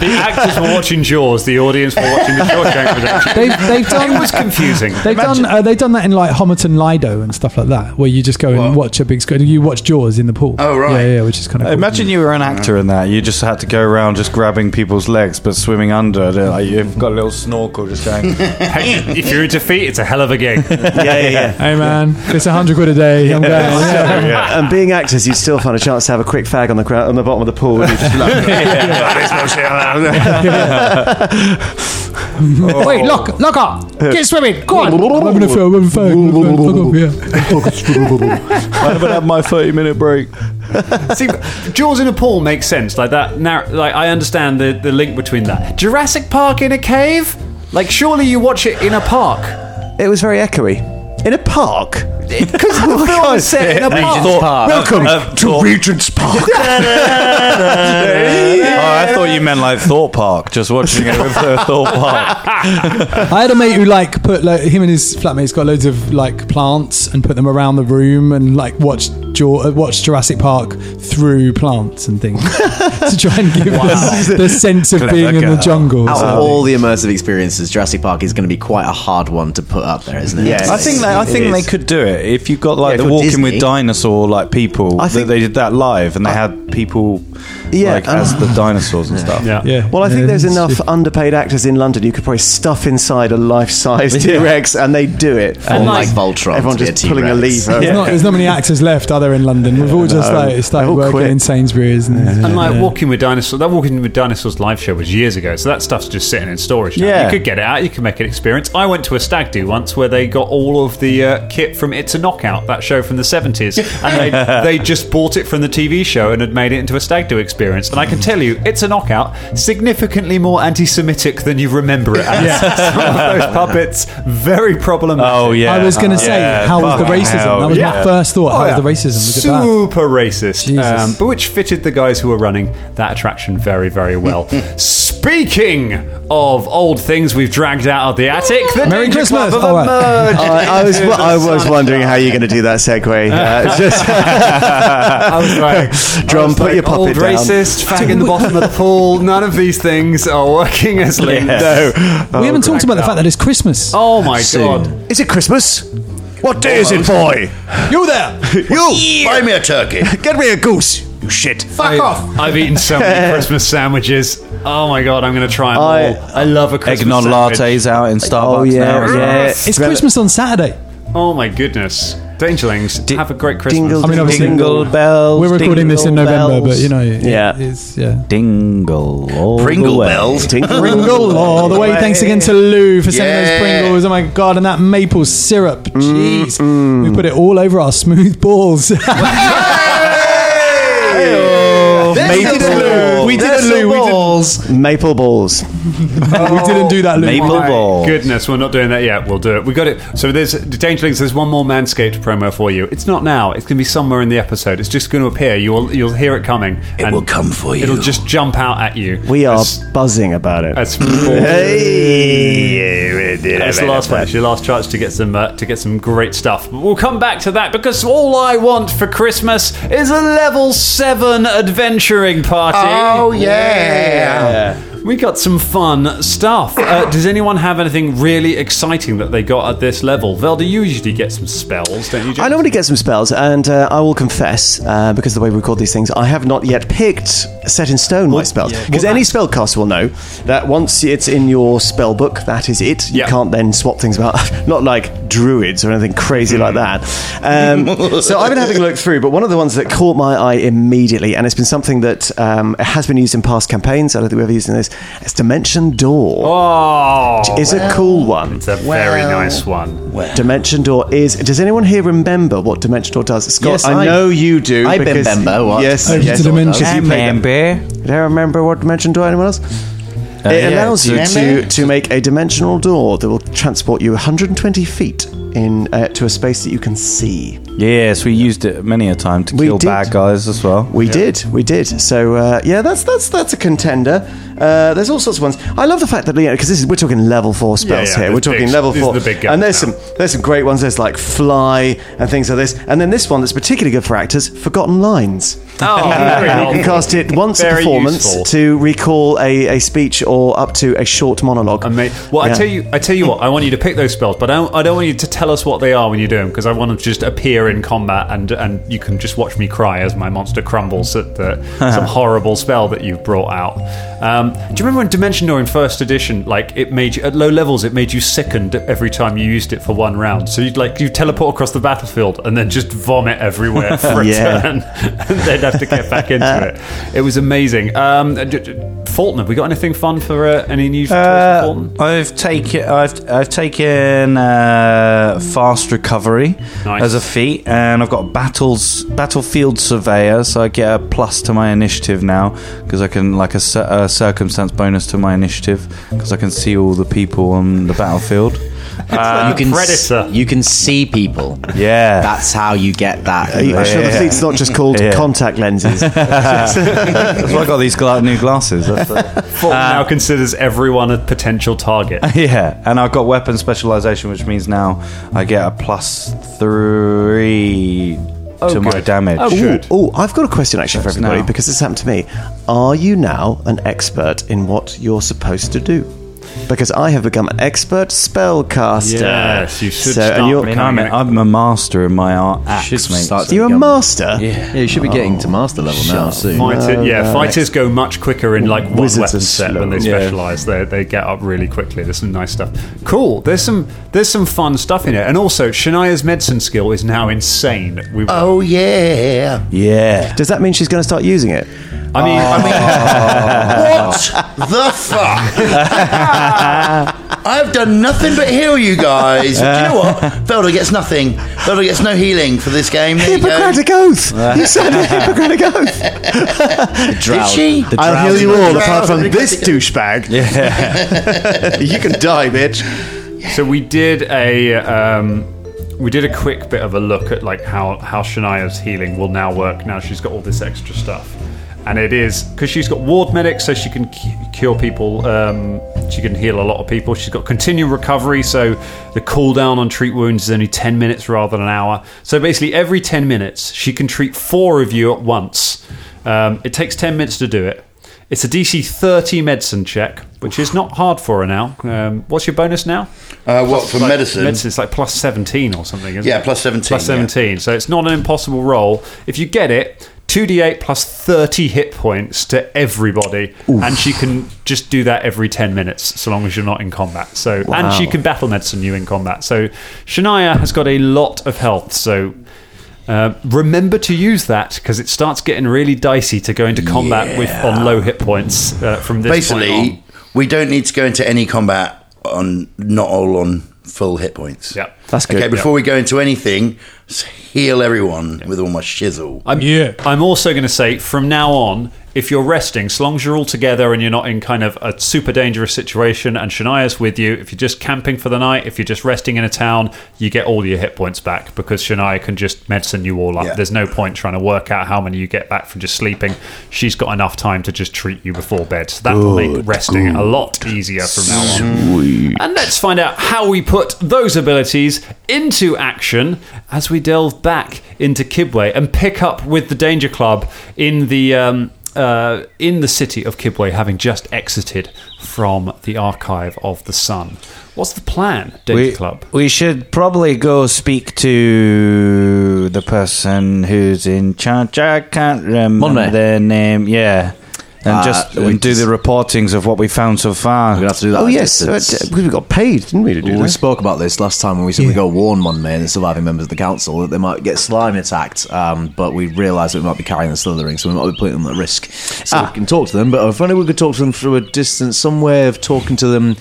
Speaker 6: the actors were watching Jaws, the audience were watching the Shawshank Redemption.
Speaker 8: They've, they've done.
Speaker 6: It was confusing.
Speaker 8: They've done, uh, they've done that in like Homerton Lido and stuff like that, where you just go and watch a big screen. You watch Jaws in the pool.
Speaker 7: Oh, right.
Speaker 8: Yeah, yeah, which is kind of cool.
Speaker 9: Imagine you were an actor in that. You just had to go around just grabbing people's legs, but swimming under. They're Like you've got a little snorkel, just going.
Speaker 6: Hey, if you're into feet, it's a hell of a gig.
Speaker 10: yeah, yeah, yeah.
Speaker 8: Hey man, it's a hundred quid a day. I'm going. Yeah.
Speaker 10: And being actors, you'd still find a chance to have a quick fag on the ground, on the bottom of the pool. And you'd just love it.
Speaker 8: Wait, lock, lock up. Get swimming. Go on. I'm gonna film. I'm yeah.
Speaker 9: I haven't had my thirty-minute
Speaker 6: [LAUGHS]
Speaker 9: break.
Speaker 6: See, Jaws in a pool makes sense. Like that. Narr- like I understand the, the link between that. Jurassic Park in a cave. Like surely you watch it in a park.
Speaker 10: it was very echoey. In a park.
Speaker 6: Because
Speaker 10: [LAUGHS]
Speaker 6: the film is set in a park.
Speaker 10: Welcome
Speaker 9: to Regent's Oh, Park.
Speaker 6: [LAUGHS]
Speaker 9: I thought you meant like Thought Park. Just watching it with the Thought Park.
Speaker 8: I had a mate who like put like him and his flatmates got loads of like plants and put them around the room and like watched Jaw- uh, watched Jurassic Park through plants and things [LAUGHS] to try and give them the sense of being in the
Speaker 9: girl.
Speaker 8: jungle.
Speaker 5: Out
Speaker 8: So-
Speaker 5: of all the immersive experiences, Jurassic Park is going to be quite a hard one to put up there, isn't it?
Speaker 10: Yes.
Speaker 9: [LAUGHS] I think they, I
Speaker 5: It
Speaker 9: think they
Speaker 5: is.
Speaker 9: could do it if you got
Speaker 5: Yeah,
Speaker 9: like
Speaker 5: if
Speaker 9: the
Speaker 5: you're
Speaker 9: Walking
Speaker 5: Disney.
Speaker 9: with Dinosaur like people.
Speaker 10: I
Speaker 9: I
Speaker 10: think-
Speaker 9: think they did that live and they had people
Speaker 10: Yeah,
Speaker 9: like
Speaker 10: and-
Speaker 9: as the dinosaurs and stuff.
Speaker 6: Yeah.
Speaker 8: yeah.
Speaker 10: Well, I think
Speaker 8: Yeah,
Speaker 10: there's
Speaker 8: it's-
Speaker 10: enough underpaid actors in London who could probably stuff inside a life-size T-Rex, and they do it. For
Speaker 5: Or
Speaker 10: like
Speaker 5: like Voltron.
Speaker 10: everyone
Speaker 5: to be
Speaker 10: just pulling a
Speaker 5: T-Rex.
Speaker 10: lever.
Speaker 8: There's, not, there's not many actors left, are there, in London? We've all just
Speaker 10: No.
Speaker 8: like started
Speaker 10: They've all
Speaker 8: working
Speaker 10: quit.
Speaker 8: in Sainsbury's. And,
Speaker 6: And like Walking with Dinosaurs, that Walking with Dinosaurs live show was years ago, so that stuff's just sitting in storage. Now.
Speaker 9: Yeah.
Speaker 6: You could get it out, you can make an experience. I went to a stag do once where they got all of the uh, kit from It's a Knockout, that show from the 70s, and
Speaker 9: [LAUGHS]
Speaker 6: they, they just bought it from the TV show and had made it into a stag do experience. And I can tell you, It's a Knockout, significantly more anti Semitic than you remember it as. [LAUGHS] Some of those puppets, very problematic.
Speaker 9: Oh yeah.
Speaker 8: I was going to say,
Speaker 9: Yeah,
Speaker 8: how was the
Speaker 9: fucking
Speaker 8: racism?
Speaker 9: hell,
Speaker 8: that was my
Speaker 9: yeah.
Speaker 8: first thought. how
Speaker 6: yeah.
Speaker 8: was the racism? Was it bad?
Speaker 6: super racist,
Speaker 8: Jesus.
Speaker 6: um, but which fitted the guys who were running that attraction very, very
Speaker 8: [LAUGHS]
Speaker 6: well. Speaking of old things we've dragged out of the attic, the
Speaker 8: Merry
Speaker 6: Danger
Speaker 8: Christmas!
Speaker 6: Club have
Speaker 8: Oh, right.
Speaker 6: emerged.
Speaker 10: I, I
Speaker 6: [LAUGHS]
Speaker 10: was I was wondering how you're going to do that segue. Uh, it's
Speaker 6: I was
Speaker 10: [LAUGHS]
Speaker 6: like,
Speaker 10: Drum,
Speaker 6: I was
Speaker 10: put your puppet
Speaker 6: old
Speaker 10: down."
Speaker 6: racist,
Speaker 8: [LAUGHS]
Speaker 6: fag in the bottom of the pool. None of these things are working as linked.
Speaker 10: just no.
Speaker 8: we haven't talked about the fact that it's Christmas.
Speaker 6: Oh my god!
Speaker 5: Soon.
Speaker 10: Is it Christmas? What day is it, boy?
Speaker 8: you there!
Speaker 7: Buy me
Speaker 9: [LAUGHS]
Speaker 7: a turkey.
Speaker 10: Get me a goose. You shit. Fuck
Speaker 6: I've, I've eaten so
Speaker 10: [LAUGHS]
Speaker 6: many Christmas sandwiches. Oh my god! I'm going to try them
Speaker 10: I-
Speaker 6: all. I love a Christmas
Speaker 9: Eggnog
Speaker 6: sandwich.
Speaker 9: lattes out in Starbucks
Speaker 10: Oh yeah,
Speaker 9: now.
Speaker 10: yeah.
Speaker 8: It's Christmas on Saturday.
Speaker 6: Oh my goodness! Dangerlings, have a great Christmas.
Speaker 10: Dingle,
Speaker 8: I mean, obviously-
Speaker 10: dingle bells.
Speaker 8: We're recording this in
Speaker 10: dingle
Speaker 8: November,
Speaker 10: bells.
Speaker 8: but you know, it-
Speaker 10: Yeah.
Speaker 8: it's yeah.
Speaker 9: Dingle all
Speaker 7: Pringle
Speaker 9: the way.
Speaker 7: bells.
Speaker 10: Tingle
Speaker 8: Pringle all the way. Thanks again to Lou for sending those
Speaker 7: Yeah.
Speaker 8: Pringles. Oh my god, and that maple syrup. Jeez, we put it all over our smooth balls. [LAUGHS]
Speaker 9: Maple.
Speaker 8: we did a Lou. We, did,
Speaker 10: maple balls.
Speaker 8: we didn't do that Lou.
Speaker 9: Maple
Speaker 8: We did-
Speaker 9: ball.
Speaker 6: Goodness, we're not doing that yet. We'll do it. We got it. So there's Dangerlings. There's one more Manscaped promo for you. It's not now. It's going to be somewhere in the episode. It's just going to appear. You'll you'll hear it coming. It
Speaker 7: will come for you.
Speaker 6: It'll just jump out at you.
Speaker 10: We are
Speaker 6: As,
Speaker 10: buzzing about it.
Speaker 6: as
Speaker 10: Hey,
Speaker 6: It's the last one. It's your last chance to get some uh, to get some great stuff. But we'll come back to that because all I want for Christmas is a level seven adventuring party.
Speaker 7: Oh yeah.
Speaker 6: We got some fun stuff. Uh, does anyone have anything really exciting that they got at this level? Velda, you usually get some spells, don't you? James?
Speaker 10: I normally get some spells, and uh, I will confess, uh, because the way we record these things, I have not yet picked set in stone my spells. Because any spellcaster will know that once it's in your spell book, that is it. You
Speaker 6: Yeah.
Speaker 10: can't then swap things about. [LAUGHS] not like druids or anything crazy like that. Um, so I've been having a look through, but one of the ones that caught my eye immediately, and it's been something that um, has been used in past campaigns. I don't think we're ever using this. It's Dimension Door.
Speaker 6: Oh,
Speaker 10: Is a cool one.
Speaker 6: it's a very nice one.
Speaker 10: Dimension Door is. Does anyone here remember what Dimension Door does? Scott,
Speaker 5: Yes,
Speaker 10: I,
Speaker 5: I-
Speaker 10: know you do.
Speaker 5: I
Speaker 10: because-
Speaker 5: remember what
Speaker 10: Yes,
Speaker 8: Over
Speaker 10: yes.
Speaker 8: to Dimension.
Speaker 10: you played them. Do I remember what Dimension Door? Anyone else? it
Speaker 5: yeah,
Speaker 10: allows you
Speaker 7: remember?
Speaker 10: to, to make a dimensional door that will transport you 120 feet in uh, to a space that you can see.
Speaker 9: Yes, we used it many a time to
Speaker 10: We
Speaker 9: kill
Speaker 10: did.
Speaker 9: bad guys as well.
Speaker 10: We did, we did. So uh, yeah, that's that's that's a contender. Uh, there's all sorts of ones. I love the fact that you know because this is we're talking level four spells
Speaker 6: yeah,
Speaker 10: here.
Speaker 6: the
Speaker 10: We're talking
Speaker 6: big-
Speaker 10: level
Speaker 6: these are
Speaker 10: four,
Speaker 6: the big guns
Speaker 10: and there's
Speaker 6: now.
Speaker 10: some there's some great ones. There's like fly and things like this, and then this one that's particularly good for actors: forgotten lines.
Speaker 6: Oh, very
Speaker 10: [LAUGHS] you
Speaker 6: helpful.
Speaker 10: can cast it once a
Speaker 6: Very
Speaker 10: performance
Speaker 6: useful.
Speaker 10: to recall a, a speech or up to a short monologue.
Speaker 6: Ama- Well, I
Speaker 10: Yeah.
Speaker 6: tell you, I tell you what. I want you to pick those spells, but I don't, I don't want you to tell us what they are when you do them because I want them to just appear in combat, and and you can just watch me cry as my monster crumbles at
Speaker 10: [LAUGHS]
Speaker 6: the, some horrible spell that you've brought out. Um, do you remember when Dimension Door in first edition, like it made you at low levels, it made you sickened every time you used it for one round. So you'd like you teleport across the battlefield and then just vomit
Speaker 10: [LAUGHS]
Speaker 6: everywhere for a
Speaker 10: Yeah.
Speaker 6: turn, [LAUGHS] and then have to get back into
Speaker 10: [LAUGHS]
Speaker 6: it. It was amazing. Um, d- d- Fulton, have we got anything fun for uh, any new? toys for Fulton?
Speaker 9: Uh, I've taken I've I've taken uh, fast recovery
Speaker 6: Nice.
Speaker 9: as a feat, and I've got battles battlefield surveyor, so I get a plus to my initiative now because I can like a, cir- a circumstance bonus to my initiative because I can see all the people on the battlefield.
Speaker 10: Uh,
Speaker 5: you can
Speaker 6: Predator.
Speaker 5: you can see people.
Speaker 9: Yeah,
Speaker 5: That's how you get that.
Speaker 10: Are you sure the fleet's not just called
Speaker 9: Yeah.
Speaker 10: contact lenses?
Speaker 9: that's why I got these gla- new glasses.
Speaker 6: [LAUGHS]
Speaker 9: That's the-
Speaker 6: Fulton
Speaker 10: Ah.
Speaker 6: now considers everyone a potential
Speaker 10: [LAUGHS]
Speaker 6: target.
Speaker 9: Yeah, and I've got weapon specialization, which means now I get a plus three to my
Speaker 6: good.
Speaker 9: damage.
Speaker 6: Oh, good.
Speaker 10: Oh, I've got a question actually for everybody
Speaker 9: now.
Speaker 10: because this happened to me. Are you now an expert in what you're supposed to do? Because I have become an expert spellcaster.
Speaker 6: Yes, you should
Speaker 10: So,
Speaker 6: start
Speaker 10: and
Speaker 9: I
Speaker 10: you're,
Speaker 9: mean, I'm a, I'm a master in my art axe, mate.
Speaker 5: start
Speaker 10: you're a master.
Speaker 5: Yeah, you should be getting to master level now soon.
Speaker 6: Fighter, yeah, fighters go much quicker in like one
Speaker 10: Wizards are
Speaker 6: weapon set when they
Speaker 10: slow.
Speaker 6: specialize. They, they get up really quickly. There's some nice stuff. Cool. There's some there's some fun stuff in it. And also, Shania's medicine skill is now insane. We,
Speaker 9: [LAUGHS]
Speaker 7: Oh yeah.
Speaker 9: yeah.
Speaker 10: Does that mean she's going to start using it?
Speaker 6: I mean,
Speaker 10: Ah.
Speaker 6: I mean,
Speaker 7: What the
Speaker 9: [LAUGHS]
Speaker 7: fuck? I've done nothing but heal you guys. Do you know what?
Speaker 9: [LAUGHS]
Speaker 7: Velda gets nothing. Velda gets no healing for this game. There you go.
Speaker 10: Hippocratic oath. You said a Hippocratic oath.
Speaker 7: Did she?
Speaker 10: I'll heal you
Speaker 7: drowsy-
Speaker 10: all apart from
Speaker 7: drowsy-
Speaker 10: this douchebag. [LAUGHS] you can die, bitch.
Speaker 6: So we did a um, we did a quick bit of a look at like how how Shania's healing will now work. Now she's got all this extra stuff, and it is because she's got ward medic, so she can cu- cure people. Um, she can heal a lot of people. She's got continued recovery, so the cooldown on treat wounds is only ten minutes rather than an hour. So basically, every ten minutes she can treat four of you at once. Um, it takes ten minutes to do it. It's a DC 30 medicine check, which is not hard for her now. Um, what's your bonus now?
Speaker 7: Uh, what for medicine?
Speaker 6: medicine. It's like plus 17 or something, isn't
Speaker 7: Yeah,
Speaker 6: it?
Speaker 7: plus 17,
Speaker 6: Plus
Speaker 7: yeah.
Speaker 6: 17. So it's not an impossible roll. If you get it, 2d8 plus 30 hit points to everybody. And she can just do that every 10 minutes, so long as you're not in combat. So And she can battle medicine you in combat. So Shania has got a lot of health. So. Uh, remember to use that because it starts getting really dicey to go into combat with on low hit points uh, from this point on.
Speaker 7: Basically, we don't need to go into any combat on not all on full hit points.
Speaker 6: Yeah.
Speaker 10: That's good.
Speaker 7: Okay, before we go into anything, s- heal everyone with all my shizzle.
Speaker 6: I'm,
Speaker 8: Yeah.
Speaker 6: I'm also going to say from now on, if you're resting, so long as you're all together and you're not in kind of a super dangerous situation and Shania's with you, if you're just camping for the night, if you're just resting in a town, you get all your hit points back because Shania can just medicine you all up.
Speaker 7: Yeah.
Speaker 6: There's no point trying to work out how many you get back from just sleeping. She's got enough time to just treat you before bed. So that'll make resting a lot easier from now on. And let's find out how we put those abilities into action as we delve back into Kibwe and pick up with the Danger Club in the um, uh, in the city of Kibwe, having just exited from the archive of the Sun. What's the plan, Danger
Speaker 9: we,
Speaker 6: Club?
Speaker 9: we should probably go speak to the person who's in charge. I can't remember
Speaker 5: Monday.
Speaker 9: their name. Yeah. And
Speaker 5: Uh,
Speaker 9: Ah, just
Speaker 5: we
Speaker 9: and do the reportings of what we found so far.
Speaker 5: We're gonna have to do that.
Speaker 10: Oh
Speaker 5: at a
Speaker 10: yes, uh,
Speaker 5: distance.
Speaker 10: d- because we got paid, didn't we, to do
Speaker 5: Well, we
Speaker 10: that?
Speaker 5: spoke about this last time when we said we go warn Monday and the surviving members of the council that they might get slime attacked, um, but we realised that we might be carrying the slithering, so we might be putting them at risk. So
Speaker 10: Ah.
Speaker 5: we can talk to them, but if only we could talk to them through a distance, some way of talking to them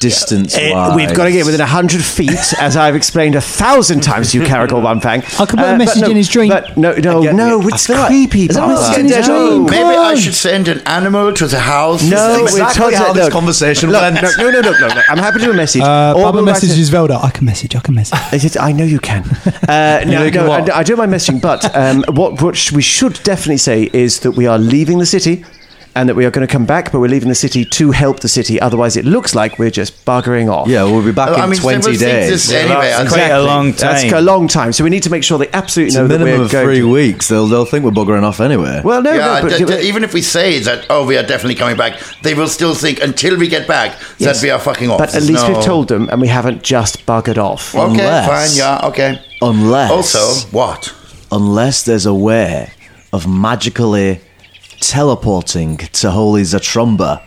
Speaker 5: distance
Speaker 10: Uh,
Speaker 5: wise.
Speaker 10: we've got to get within hundred feet, as I've explained a thousand times to you, Caragol Wampang.
Speaker 8: I could put a
Speaker 10: Uh, but
Speaker 8: message
Speaker 10: no,
Speaker 8: in his drink.
Speaker 10: But no, no,
Speaker 5: get
Speaker 10: no,
Speaker 5: it.
Speaker 10: it's
Speaker 5: I feel like-
Speaker 10: creepy.
Speaker 5: Is that
Speaker 10: but
Speaker 5: what
Speaker 10: it's
Speaker 5: it is?
Speaker 10: dead on.
Speaker 7: Maybe I should send an animal to the house.
Speaker 10: No,
Speaker 5: This is
Speaker 10: we're
Speaker 5: exactly
Speaker 10: totally-
Speaker 5: how this
Speaker 10: no.
Speaker 5: conversation
Speaker 10: Look,
Speaker 5: went.
Speaker 10: No, no, no, no, no, no. I'm happy to do a message.
Speaker 8: Uh,
Speaker 10: Or
Speaker 8: Barbara
Speaker 10: we'll write a-
Speaker 8: messages Velda. I can message. I can message.
Speaker 10: I said, I know you can. Uh, no, no, I, I do my messaging, but um, what, what sh- we should definitely say is that we are leaving the city and that we are going to come back, but we're leaving the city to help the city. Otherwise, it looks like we're just buggering off.
Speaker 5: [LAUGHS] Yeah, we'll be back
Speaker 7: I
Speaker 5: in
Speaker 7: mean,
Speaker 5: 20
Speaker 7: several things
Speaker 5: days.
Speaker 7: is anyway.
Speaker 9: that's
Speaker 7: I
Speaker 9: quite
Speaker 7: think-
Speaker 9: a long time.
Speaker 10: That's a long time. So we need to make sure they absolutely
Speaker 5: It's
Speaker 10: know
Speaker 5: a
Speaker 10: that
Speaker 5: minimum
Speaker 10: we're
Speaker 5: of
Speaker 10: going
Speaker 5: three
Speaker 10: to-
Speaker 5: weeks. They'll, they'll think we're buggering off anyway.
Speaker 10: Well, no,
Speaker 7: yeah,
Speaker 10: no, but,
Speaker 7: d- d- even if we say that, oh, we are definitely coming back, they will still think until we get back
Speaker 10: Yes.
Speaker 7: that we are fucking off.
Speaker 10: but at
Speaker 7: There's
Speaker 10: least
Speaker 7: no-
Speaker 10: we've told them and we haven't just buggered off.
Speaker 7: Okay,
Speaker 5: Unless-
Speaker 7: fine, yeah, okay.
Speaker 5: Unless-
Speaker 7: Also, what?
Speaker 5: unless there's a way of magically teleporting to Holy Zatrumba.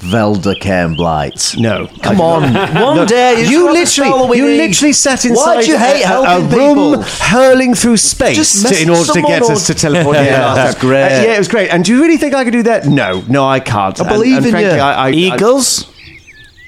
Speaker 5: Velda came blight.
Speaker 10: No.
Speaker 5: Come on.
Speaker 10: [LAUGHS]
Speaker 5: One day you,
Speaker 10: You
Speaker 5: just got to follow
Speaker 10: literally,
Speaker 5: with
Speaker 10: you
Speaker 5: me.
Speaker 10: literally sat inside
Speaker 5: Why do you hate
Speaker 10: a, a- a
Speaker 5: helping
Speaker 10: room
Speaker 5: people?
Speaker 10: hurling through space
Speaker 5: Just
Speaker 10: to, in order to
Speaker 5: message
Speaker 10: get
Speaker 5: someone
Speaker 10: us
Speaker 5: or-
Speaker 10: to [LAUGHS] teleport.
Speaker 5: Yeah,
Speaker 10: last
Speaker 5: that's
Speaker 10: time.
Speaker 5: great.
Speaker 10: Uh, yeah, it was great. And do you really think I could do that? No, no, I can't. I
Speaker 5: believe in
Speaker 10: frankly,
Speaker 5: you.
Speaker 10: I, I,
Speaker 9: eagles?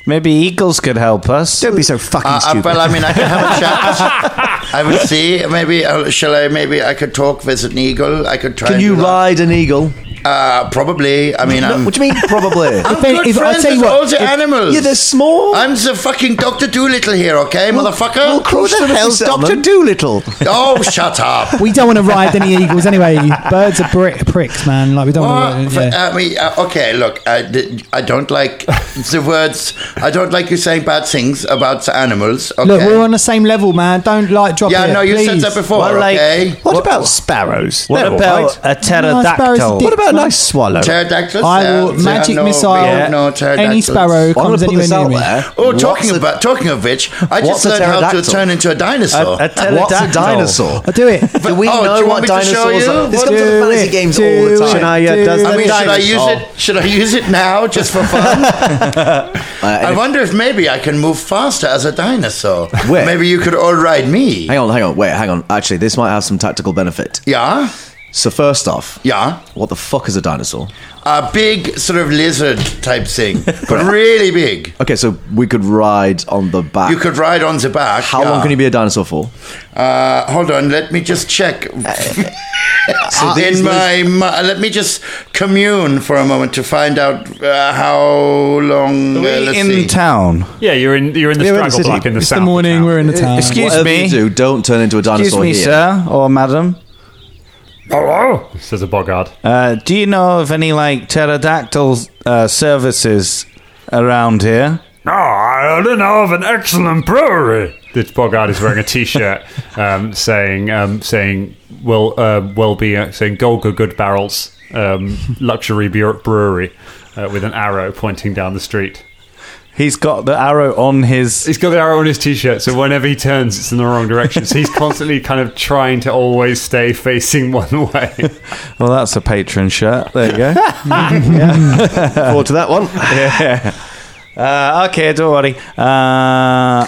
Speaker 9: Maybe eagles could help us.
Speaker 10: I, don't be so fucking
Speaker 7: Uh, uh,
Speaker 10: stupid.
Speaker 7: well, I mean, I can have
Speaker 8: [LAUGHS]
Speaker 7: a chat. I will see. Maybe uh, shall I? Maybe I could talk with an eagle. I could try.
Speaker 5: Can
Speaker 7: and
Speaker 5: you
Speaker 7: do that.
Speaker 5: ride an eagle?
Speaker 7: Uh, probably. I mean, I'm.
Speaker 5: What do you mean, probably?
Speaker 7: I'm
Speaker 8: If-
Speaker 7: good
Speaker 8: if- I'll
Speaker 7: friends
Speaker 8: tell you
Speaker 7: with
Speaker 8: what,
Speaker 7: all the
Speaker 5: if-
Speaker 7: animals.
Speaker 5: Yeah, they're small.
Speaker 7: I'm the fucking Doctor Doolittle here, okay, motherfucker?
Speaker 5: Who the hell's Dr.
Speaker 10: Doctor Doolittle.
Speaker 7: oh,
Speaker 8: [LAUGHS]
Speaker 7: shut up.
Speaker 8: We don't want to ride any eagles anyway. Birds are brick, pricks, man. Like we don't want
Speaker 7: What?
Speaker 8: to. Yeah.
Speaker 7: I mean, uh, okay, look, I, di- I don't like the words. I don't like you saying bad things about the animals. Okay.
Speaker 8: Look, we're on the same level, man. Don't like drop
Speaker 7: yeah,
Speaker 8: it,
Speaker 7: no, you said
Speaker 8: please.
Speaker 7: that before,
Speaker 9: Well, like-
Speaker 7: okay?
Speaker 10: What, about sparrows?
Speaker 9: What
Speaker 10: They're all
Speaker 9: about
Speaker 10: right.
Speaker 9: a
Speaker 8: sparrows are
Speaker 9: pterodactyl?
Speaker 8: dick.
Speaker 10: What about a nice swallow?
Speaker 7: Pterodactyls?
Speaker 8: I
Speaker 7: uh,
Speaker 8: will
Speaker 7: there are
Speaker 8: magic
Speaker 7: no- we
Speaker 8: missile
Speaker 7: have no
Speaker 8: any
Speaker 7: pterodactyls.
Speaker 8: sparrow
Speaker 5: I'm going
Speaker 8: comes
Speaker 5: to put
Speaker 8: anywhere
Speaker 5: this
Speaker 8: near
Speaker 5: out
Speaker 8: me.
Speaker 5: there.
Speaker 7: Oh,
Speaker 5: What's
Speaker 7: talking
Speaker 5: a-
Speaker 7: about talking of which, I
Speaker 5: what's
Speaker 7: just
Speaker 5: a
Speaker 7: learned how to
Speaker 5: pterodactyl?
Speaker 7: turn into a
Speaker 5: A,
Speaker 7: dinosaur.
Speaker 5: Oh. a pterodactyl. dinosaur?
Speaker 8: I'll do it.
Speaker 5: Do we
Speaker 7: Oh, do
Speaker 5: know
Speaker 7: you
Speaker 5: what
Speaker 7: want me to show
Speaker 5: dinosaurs
Speaker 7: you?
Speaker 5: are? This
Speaker 7: What-
Speaker 5: comes
Speaker 8: Do
Speaker 5: up fantasy
Speaker 8: it,
Speaker 5: games
Speaker 8: do
Speaker 5: all the
Speaker 8: it.
Speaker 5: time.
Speaker 10: Shania does
Speaker 7: I
Speaker 10: the
Speaker 7: mean, should I use
Speaker 5: dinosaur. Oh.
Speaker 7: it? Should I use it now just for
Speaker 5: [LAUGHS]
Speaker 7: fun?
Speaker 5: Uh,
Speaker 7: I wonder if maybe I can move faster as a dinosaur.
Speaker 5: Wait.
Speaker 7: Maybe you could all ride me.
Speaker 5: Oh. Hang on, hang on, wait, hang on. Actually, this might have some tactical benefit.
Speaker 7: Yeah,
Speaker 5: So first off,
Speaker 7: yeah.
Speaker 5: what the fuck is a dinosaur?
Speaker 7: A big sort of lizard
Speaker 5: [LAUGHS]
Speaker 7: type thing, but really big.
Speaker 5: Okay, so we could ride on the back.
Speaker 7: You could ride on the back.
Speaker 5: How long can you be a dinosaur for? Uh,
Speaker 7: Uh, hold on, let me just check. [LAUGHS] in my, mi- uh, let me just commune for a moment to find out uh, how long. Uh,
Speaker 9: We
Speaker 7: let's
Speaker 9: in
Speaker 7: see.
Speaker 9: town.
Speaker 6: Yeah, you're in you're in the
Speaker 10: We're in
Speaker 6: struggle
Speaker 10: the city.
Speaker 6: block in the
Speaker 8: It's
Speaker 6: south.
Speaker 8: the morning.
Speaker 6: now.
Speaker 8: We're in the town.
Speaker 9: Excuse
Speaker 5: Uh, Whatever
Speaker 9: me.
Speaker 5: you do, don't turn into a
Speaker 9: Excuse
Speaker 5: dinosaur
Speaker 9: me,
Speaker 5: here.
Speaker 9: sir or madam.
Speaker 6: Hello, says a boggart.
Speaker 9: Uh, do you know of any like pterodactyl uh, services around here?
Speaker 6: No, Ah, I don't know of an excellent brewery. This boggart is wearing a [LAUGHS] T-shirt um, saying um, saying well uh, well be uh, saying Golga Good Barrels um, luxury beer brewery uh, with an arrow pointing down the street.
Speaker 9: He's got the arrow on his.
Speaker 6: He's got the arrow on his T-shirt, so whenever he turns, it's in the wrong direction. So [LAUGHS] he's constantly kind of trying to always stay facing [LAUGHS] one way.
Speaker 9: Well, that's a patron shirt. There you
Speaker 5: [LAUGHS]
Speaker 9: go.
Speaker 10: Forward to that one.
Speaker 9: yeah. Uh, okay, don't worry. Uh,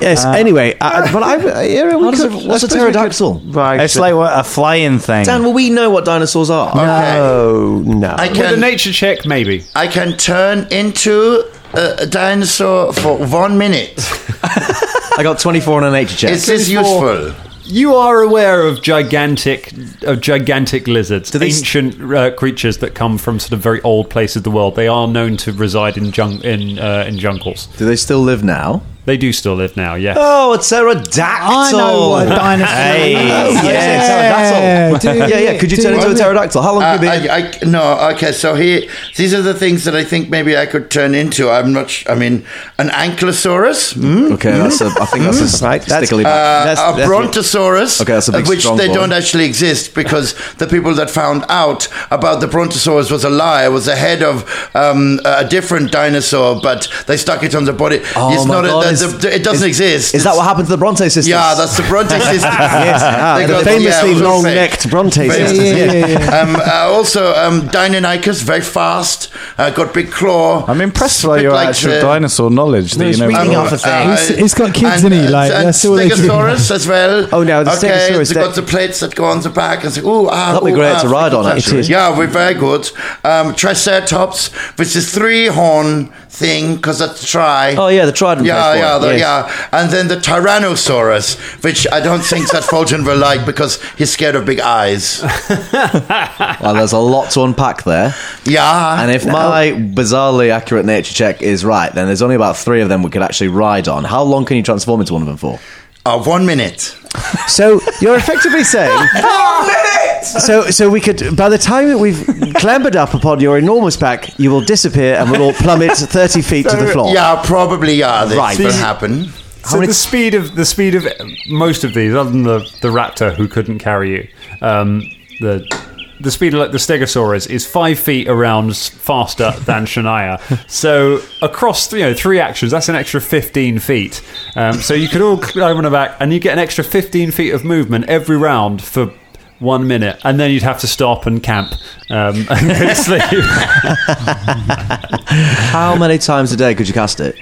Speaker 10: Yes. anyway, uh, but I, yeah, we
Speaker 5: What is
Speaker 10: could-
Speaker 5: a-
Speaker 10: I
Speaker 5: what's a
Speaker 10: suppose we could-
Speaker 5: pterodactyl?
Speaker 10: Right.
Speaker 9: it's like what, a flying thing.
Speaker 5: Dan, will we know what dinosaurs are?
Speaker 7: Okay.
Speaker 10: Oh no.
Speaker 7: I
Speaker 6: With a
Speaker 7: can
Speaker 6: nature check, maybe.
Speaker 7: I can turn into a, a dinosaur for one minute.
Speaker 5: [LAUGHS]
Speaker 7: [LAUGHS]
Speaker 5: I got 24 on a nature check.
Speaker 7: Is this useful?
Speaker 6: You are aware of gigantic, of gigantic lizards,
Speaker 5: they s-
Speaker 6: ancient uh, creatures that come from sort of very old places of the world. They are known to reside in jung- in uh, in jungles.
Speaker 5: Do they still live now?
Speaker 6: They do still live now, yes.
Speaker 9: Oh, it's pterodactyl.
Speaker 8: I know
Speaker 10: [LAUGHS]
Speaker 8: what a dinosaur
Speaker 9: Hey,
Speaker 8: is.
Speaker 9: yeah,
Speaker 8: Yeah,
Speaker 9: pterodactyl.
Speaker 8: do
Speaker 9: [LAUGHS] yeah, yeah.
Speaker 8: it,
Speaker 9: Could you
Speaker 8: do
Speaker 9: turn into a
Speaker 8: it.
Speaker 9: pterodactyl? How long
Speaker 7: Uh,
Speaker 9: have you been?
Speaker 7: I, I, no, okay. So here, these are the things that I think maybe I could turn into. I'm not. Sh- I mean, an ankylosaurus, mm?
Speaker 5: Okay, that's a. I think that's a
Speaker 10: Right, [LAUGHS] that's-
Speaker 5: stickily.
Speaker 7: uh,
Speaker 5: that's,
Speaker 7: a
Speaker 5: that's-
Speaker 7: brontosaurus,
Speaker 5: Okay, that's a big
Speaker 7: of which
Speaker 5: strong
Speaker 7: they
Speaker 5: one.
Speaker 7: don't actually exist because the people that found out about the brontosaurus was a lie. Was the head of um, a different dinosaur, but they stuck it on the body.
Speaker 5: Oh
Speaker 7: it's
Speaker 5: my
Speaker 7: not. a-
Speaker 5: God,
Speaker 7: the-
Speaker 5: is-
Speaker 7: the- the- it doesn't
Speaker 5: is-
Speaker 7: exist.
Speaker 5: Is that
Speaker 7: It's-
Speaker 5: what happened to the Bronte sisters?
Speaker 7: Yeah, that's the
Speaker 5: [LAUGHS]
Speaker 7: Bronte sisters. yes,
Speaker 10: Ah, the famously long-necked Bronte sisters.
Speaker 8: Yeah, yeah, yeah.
Speaker 7: [LAUGHS] um, uh, also, um, Deinonychus, very fast, uh, got big claw.
Speaker 9: I'm impressed by
Speaker 7: Spit
Speaker 9: your
Speaker 7: like
Speaker 9: actual
Speaker 7: the-
Speaker 9: dinosaur knowledge. That you know.
Speaker 5: reading
Speaker 9: about.
Speaker 5: off a thing.
Speaker 7: uh,
Speaker 8: He's- he's got kids,
Speaker 7: and,
Speaker 8: innit?
Speaker 7: uh,
Speaker 8: Like,
Speaker 7: and
Speaker 8: that's all they do.
Speaker 7: Stegosaurus
Speaker 5: [LAUGHS]
Speaker 7: as well.
Speaker 10: Oh, no, the
Speaker 7: okay,
Speaker 10: Stegosaurus,
Speaker 7: They
Speaker 10: that-
Speaker 7: got the plates that go on the back and say, "Ooh, ah,
Speaker 5: That'd be
Speaker 7: ooh,
Speaker 5: great
Speaker 7: ah,
Speaker 5: to ride on,
Speaker 7: Stegosaurus."
Speaker 5: actually.
Speaker 10: It is.
Speaker 7: Yeah, we're very good. Um, triceratops, which is three horn thing because that's tri.
Speaker 5: Oh yeah, the trident.
Speaker 7: Yeah,
Speaker 5: face
Speaker 7: yeah,
Speaker 5: one.
Speaker 7: the,
Speaker 5: Yes.
Speaker 7: yeah. And then the Tyrannosaurus, which I don't think that Fulton will like because he's scared of big
Speaker 5: [LAUGHS]
Speaker 7: eyes.
Speaker 5: Well, there's a lot to unpack there.
Speaker 7: Yeah.
Speaker 5: And if my bizarrely accurate nature check is right, then there's only about three of them we could actually ride on. How long can you transform into one of them for?
Speaker 7: Uh, one minute.
Speaker 10: So you're effectively saying. So, so we could. By the time that we've clambered up upon your enormous back, you will disappear, and we'll all plummet thirty feet to the floor.
Speaker 7: Yeah, probably, yeah, this
Speaker 10: Right.
Speaker 7: will
Speaker 10: See-
Speaker 7: happen.
Speaker 6: So the speed of the speed of most of these, other than the, the raptor who couldn't carry you, um, the the speed of like the stegosaurus is five feet around s- faster than Shania. So across you know three actions, that's an extra fifteen feet. Um, so you could all climb on the back, and you get an extra fifteen feet of movement every round for. One minute, and then you'd have to stop and camp um, [LAUGHS] and go to sleep.
Speaker 5: How many times a day could you cast it?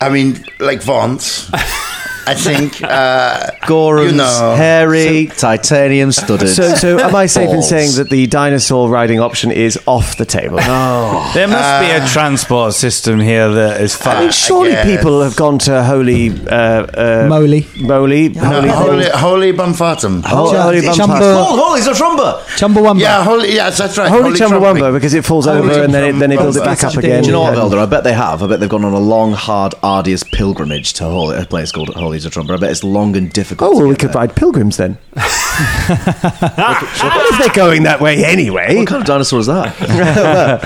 Speaker 7: I mean, like Vance. I
Speaker 10: [LAUGHS]
Speaker 7: think. Uh,
Speaker 5: Gorham's,
Speaker 7: You know.
Speaker 5: hairy, titanium studded.
Speaker 10: So, so am I safe in
Speaker 5: balls.
Speaker 10: saying that the dinosaur riding option is off the table?
Speaker 9: There must be a transport system here that is
Speaker 10: I mean,
Speaker 9: fast.
Speaker 10: surely
Speaker 7: yes.
Speaker 10: people have gone to holy uh, uh,
Speaker 8: Moly.
Speaker 10: moly,
Speaker 7: holy,
Speaker 10: holy,
Speaker 7: holy, holy Bumfatum.
Speaker 10: Ho- holy,
Speaker 8: Chum-
Speaker 10: Bumper.
Speaker 8: Chumba-
Speaker 5: Oh, holy, it's a trumba!
Speaker 8: Chumbawamba.
Speaker 7: Yeah, holy. Yes, that's right.
Speaker 10: holy Chumbawamba,
Speaker 7: trumpet.
Speaker 10: because it falls
Speaker 7: Holy
Speaker 10: over and then it, then they build it
Speaker 7: Chumbawamba.
Speaker 10: back up
Speaker 8: Such a
Speaker 10: again.
Speaker 5: Do you know what,
Speaker 10: And-
Speaker 5: Velder? I bet they have. I bet they've gone on a long, hard, arduous pilgrimage to Holy, a place called Holy Zatrumba. I bet it's long and difficult.
Speaker 10: Oh,
Speaker 5: to
Speaker 10: well, we
Speaker 5: get
Speaker 10: could
Speaker 5: there.
Speaker 10: ride pilgrims then. well, if they're going that way anyway.
Speaker 5: What kind of dinosaur is
Speaker 10: [LAUGHS]
Speaker 5: that?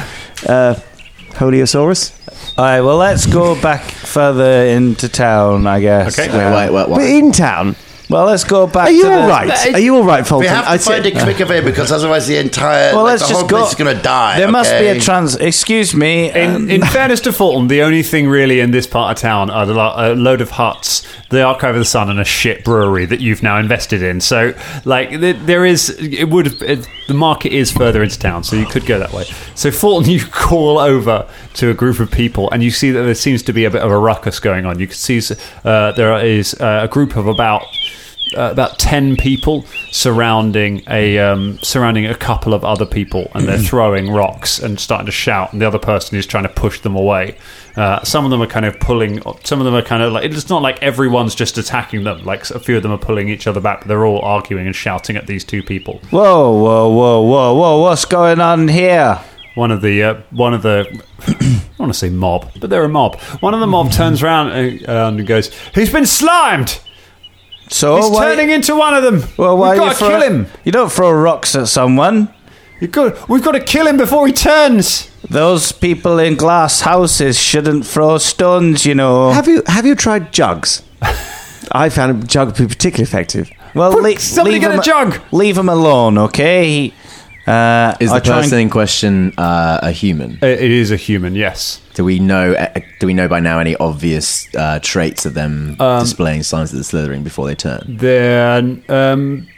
Speaker 10: Holiosaurus?
Speaker 9: All right, well, let's go back further into town, I guess.
Speaker 6: Okay.
Speaker 9: Uh,
Speaker 5: wait, wait, wait.
Speaker 10: We're
Speaker 5: wait.
Speaker 10: in town.
Speaker 9: Well, let's go back.
Speaker 10: Are
Speaker 9: to
Speaker 10: you
Speaker 9: the-
Speaker 10: all right? Are you all right,
Speaker 7: We
Speaker 10: Fulton?
Speaker 7: have to
Speaker 10: I'd say-
Speaker 7: find a quicker way because otherwise the entire
Speaker 9: Well,
Speaker 7: like,
Speaker 9: let's
Speaker 7: the
Speaker 9: just
Speaker 7: whole
Speaker 9: go.
Speaker 7: place is going to die.
Speaker 9: There must be a
Speaker 7: okay?
Speaker 9: trans. Excuse me.
Speaker 6: In,
Speaker 9: um,
Speaker 6: [LAUGHS] in fairness to Fulton, the only thing really in this part of town are the uh, lo- a load of huts, the Archive of the Sun, and a shit brewery that you've now invested in. So, like, th- there is it would it, the market is further into town, so you could go that way. So, Fulton, [LAUGHS] you call over to a group of people, and you see that there seems to be a bit of a ruckus going on. You can see uh, there is uh, a group of about uh, about 10 people surrounding a um, surrounding a couple of other people and they're throwing rocks and starting to shout and the other person is trying to push them away uh, some of them are kind of pulling some of them are kind of like it's not like everyone's just attacking them like a few of them are pulling each other back but they're all arguing and shouting at these two people
Speaker 9: whoa, whoa, whoa, whoa, whoa! What's going on here?
Speaker 6: one of the uh, one of the [COUGHS] I want to say mob, but they're a mob. One of the mob turns around and, uh, and goes, "He's been slimed.
Speaker 9: So
Speaker 6: He's
Speaker 9: Oh, why,
Speaker 6: turning into one of them.
Speaker 9: well, why
Speaker 6: We've
Speaker 9: you
Speaker 6: got to
Speaker 9: throw-
Speaker 6: kill him."
Speaker 9: You don't throw rocks at someone.
Speaker 6: You got, we've got to kill him before he turns.
Speaker 9: Those people in glass houses shouldn't throw stones. You know.
Speaker 10: Have you have you tried jugs? I found a jug to be particularly effective.
Speaker 9: well,
Speaker 6: Quick,
Speaker 9: lea-
Speaker 6: somebody
Speaker 9: leave
Speaker 6: get a
Speaker 9: him,
Speaker 6: jug!
Speaker 9: Leave him alone, okay? He, uh,
Speaker 5: Is
Speaker 9: I
Speaker 5: the
Speaker 9: try and-
Speaker 5: person in question uh, a human?
Speaker 6: It is a human, yes.
Speaker 5: Do we know? uh, Do we know by now any obvious uh, traits of them
Speaker 10: Um,
Speaker 5: displaying signs of the slithering before they turn?
Speaker 6: Then um,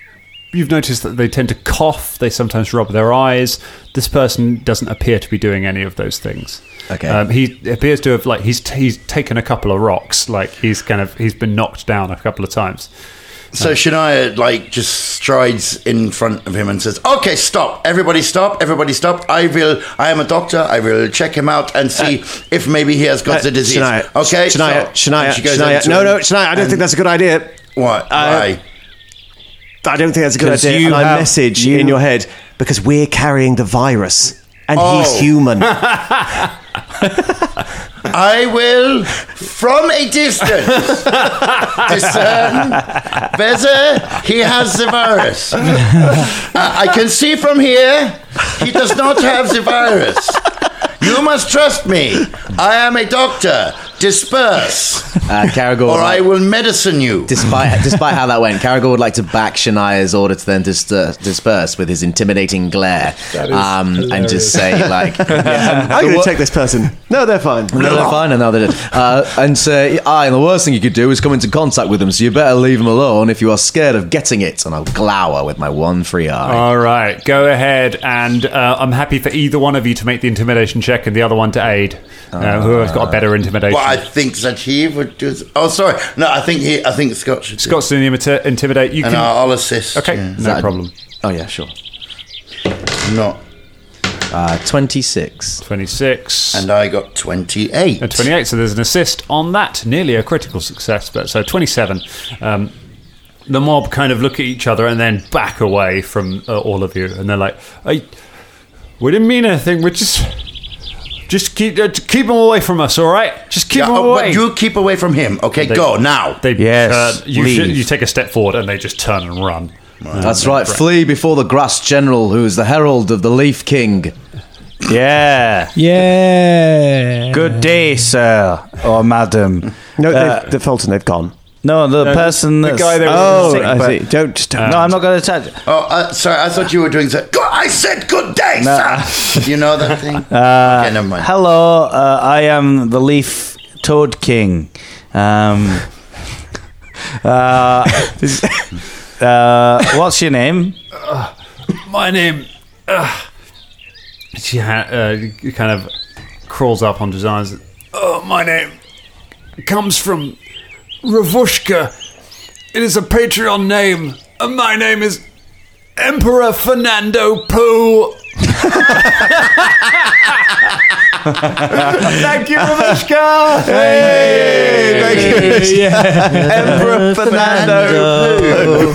Speaker 6: you've noticed that they tend to cough. They sometimes rub their eyes. This person doesn't appear to be doing any of those things.
Speaker 5: Okay.
Speaker 6: Um, he appears to have like he's he's taken a couple of rocks. Like he's kind of he's been knocked down a couple of times.
Speaker 7: So Shania like just strides in front of him and says, "Okay, stop! Everybody, stop! Everybody, stop! I will. I am a doctor. I will check him out and see if maybe he has got the disease."
Speaker 10: uh, Shania,
Speaker 7: okay,
Speaker 10: Shania,
Speaker 7: so-
Speaker 10: Shania,
Speaker 7: and she goes
Speaker 10: Shania.
Speaker 7: into
Speaker 10: No,
Speaker 7: him
Speaker 10: no, Shania. I don't
Speaker 7: and-
Speaker 10: think that's a good idea.
Speaker 7: What? Why?
Speaker 10: I don't think that's a good
Speaker 9: 'Cause
Speaker 10: idea.
Speaker 9: you
Speaker 10: and I
Speaker 9: have-
Speaker 10: message
Speaker 9: you-
Speaker 7: [LAUGHS]
Speaker 10: in your head because we're carrying the virus and
Speaker 7: Oh.
Speaker 10: he's human.
Speaker 7: I will, from a distance, discern whether he has the virus. Uh, I can see from here he does not have the virus. You must trust me. I am a doctor. Disperse,
Speaker 5: Uh, Caragor,
Speaker 7: or I will medicine you.
Speaker 5: despite [LAUGHS] despite how that went, Caragor would like to back Shania's order to then dis- uh, disperse with his intimidating glare, um, and just say
Speaker 10: [LAUGHS]
Speaker 5: like, yeah,
Speaker 10: I'm going
Speaker 5: the
Speaker 10: to
Speaker 5: wor-
Speaker 10: take this person. No, they're fine.
Speaker 5: No, they're fine, and now they Uh, and say, "Aye, and the worst thing you could do is come into contact with them, so you better leave them alone if you are scared of getting it." And I'll glower with my one free eye.
Speaker 10: Oh.
Speaker 6: All right, go ahead, and uh, I'm happy for either one of you to make the intimidation check, and the other one to aid. Uh, whoever's got a better intimidation.
Speaker 7: Well, I think that he would do. th- Oh, sorry. No, I think he. I think Scott should. do
Speaker 6: Scott's doing imita- intimidate. You
Speaker 7: it. and
Speaker 6: can.
Speaker 7: I'll assist.
Speaker 6: okay,
Speaker 7: yeah.
Speaker 6: no problem.
Speaker 5: oh yeah, sure.
Speaker 7: Not.
Speaker 5: Uh, Twenty six.
Speaker 6: Twenty six.
Speaker 7: And I got twenty-eight.
Speaker 6: A 28, so there's an assist on that. Nearly a critical success, but so 27. Um, the mob kind of look at each other and then back away from uh, all of you, and they're like, "I, we didn't mean anything. We just, just keep, uh, keep them away from us, all right? Just keep
Speaker 7: Yeah,
Speaker 6: them
Speaker 7: oh,
Speaker 6: away."
Speaker 7: but you keep away from him. Okay,
Speaker 6: They-
Speaker 7: go now.
Speaker 6: they
Speaker 9: Yes,
Speaker 6: turn- you,
Speaker 9: leave.
Speaker 6: should- you take a step forward, and they just turn and run.
Speaker 5: That's right. Flee before the grass general, who is the herald of the Leaf King.
Speaker 9: Yeah.
Speaker 8: Yeah.
Speaker 9: Good day, sir or madam.
Speaker 10: No,
Speaker 9: Uh,
Speaker 10: they've, they've fallen. They've gone.
Speaker 9: No, the person
Speaker 6: the
Speaker 9: that's
Speaker 6: guy that was
Speaker 9: oh,
Speaker 6: sick,
Speaker 9: I
Speaker 10: but-
Speaker 9: see. Don't, just don't. No, I'm not going to touch.
Speaker 7: Oh, uh, sorry. I thought you were doing that. Go- I said good day, sir. you know that thing? okay, never mind.
Speaker 9: Hello, uh, I am the Leaf Toad King. Um, [LAUGHS] uh, [LAUGHS] this- uh, what's your name?
Speaker 6: My name. ugh. she ha- uh, kind of crawls up onto his arms. Oh, my name comes from Ravushka. It is a Patreon name, and my name is Emperor Fernando Pooh. Thank you, Ravushka.
Speaker 9: Emperor uh, Fernando.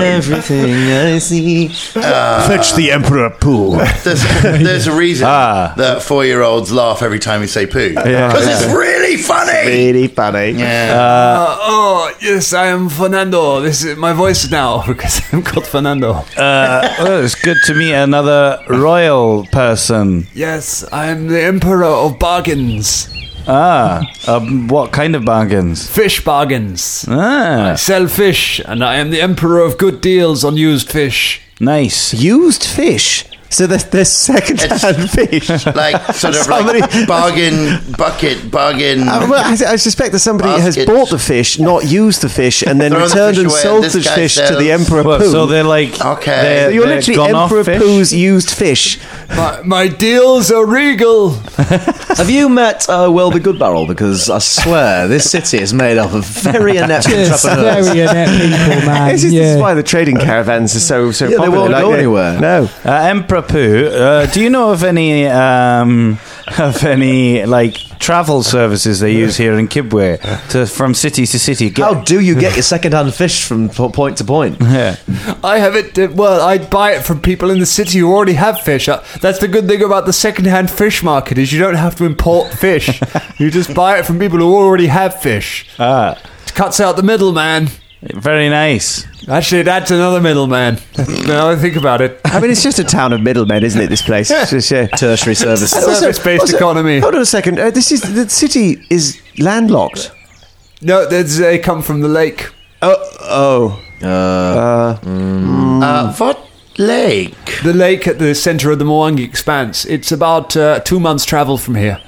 Speaker 5: Everything I see.
Speaker 9: Fetch the Emperor Pool.
Speaker 7: There's, there's a reason that four-year-olds laugh every time you say poo. Because it's really funny.
Speaker 10: Really funny.
Speaker 7: Yeah.
Speaker 6: Uh, oh yes, I am Fernando. This is my voice now [LAUGHS] because I'm called Fernando.
Speaker 9: Uh, well, it's good to meet another royal person.
Speaker 6: Yes, I am the emperor of bargains,
Speaker 9: Ah, um, what kind of bargains?
Speaker 6: fish bargains.
Speaker 9: Ah,
Speaker 6: Sell fish, and I am the emperor of good deals on used fish.
Speaker 9: nice.
Speaker 10: Used fish. So there's
Speaker 7: [LAUGHS]
Speaker 10: there's second-hand fish.
Speaker 7: like sort of
Speaker 10: Somebody-
Speaker 7: like bargain bucket bargain.
Speaker 10: Uh, well, I, I suspect that somebody has
Speaker 7: Baskets.
Speaker 10: bought the fish, not used the fish, and then
Speaker 7: Thrown the
Speaker 10: returned
Speaker 7: fish
Speaker 10: and
Speaker 7: away,
Speaker 10: sold
Speaker 7: this
Speaker 10: the
Speaker 7: guy
Speaker 10: fish to
Speaker 7: sells-
Speaker 10: the Emperor
Speaker 9: Well,
Speaker 10: Pooh.
Speaker 9: so they're like
Speaker 7: Okay.
Speaker 9: they're-
Speaker 10: You're
Speaker 9: they're
Speaker 10: literally
Speaker 9: gone-off
Speaker 10: Emperor
Speaker 9: fish.
Speaker 10: Pooh's
Speaker 7: [LAUGHS]
Speaker 10: used fish.
Speaker 6: My, my deals are regal.
Speaker 5: Have you met uh, Welby Goodbarrel? Because I swear this city is made up of very inept
Speaker 8: Yes,
Speaker 10: [LAUGHS]
Speaker 5: entrepreneurs.
Speaker 8: very inept people, man.
Speaker 10: This is,
Speaker 8: yeah.
Speaker 10: this is why the trading caravans are so so
Speaker 5: Yeah, they
Speaker 10: popular.
Speaker 5: won't go anywhere.
Speaker 10: No,
Speaker 9: Uh, Emperor Pooh, uh, do you know of any um, [LAUGHS] of any like travel services they use here in Kibwe to from city to city? Get-
Speaker 5: How do you get your second-hand fish from po- point to point?
Speaker 9: Yeah.
Speaker 6: I have it. uh, Well, I buy it from people in the city who already have fish. Uh, That's the good thing about the second-hand fish market is you don't have to import fish. you just buy it from people who already have fish.
Speaker 9: Ah,
Speaker 6: It cuts out the middleman.
Speaker 9: very nice.
Speaker 6: Actually, it adds another middleman. now I think about it.
Speaker 10: I mean it's just a town of middlemen, isn't it? This place. It's just,
Speaker 5: [LAUGHS]
Speaker 10: yeah.
Speaker 5: Tertiary services.
Speaker 10: Also-
Speaker 6: Service-based
Speaker 10: also-
Speaker 6: economy.
Speaker 10: Hold on a second. Uh, this is the city is landlocked.
Speaker 6: No, there's- they come from the lake.
Speaker 10: Oh,
Speaker 7: uh, what lake?
Speaker 6: The lake at the centre of the Mwangi Expanse. It's about uh, two months' travel from here.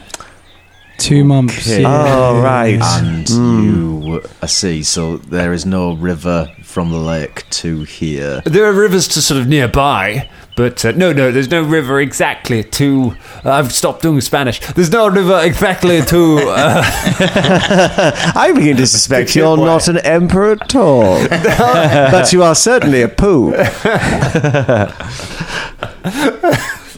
Speaker 8: Two months.
Speaker 10: oh,
Speaker 8: yeah.
Speaker 10: oh right.
Speaker 5: and
Speaker 10: Hmm.
Speaker 5: you I see so there is no river from the lake to here
Speaker 6: There are rivers to sort of nearby, but uh, no, no, there's no river exactly to. Uh, I've stopped doing Spanish. There's no river exactly [LAUGHS] to. Uh,
Speaker 10: I begin to suspect you're not an emperor
Speaker 5: [LAUGHS]
Speaker 10: at all, but you are certainly a poo.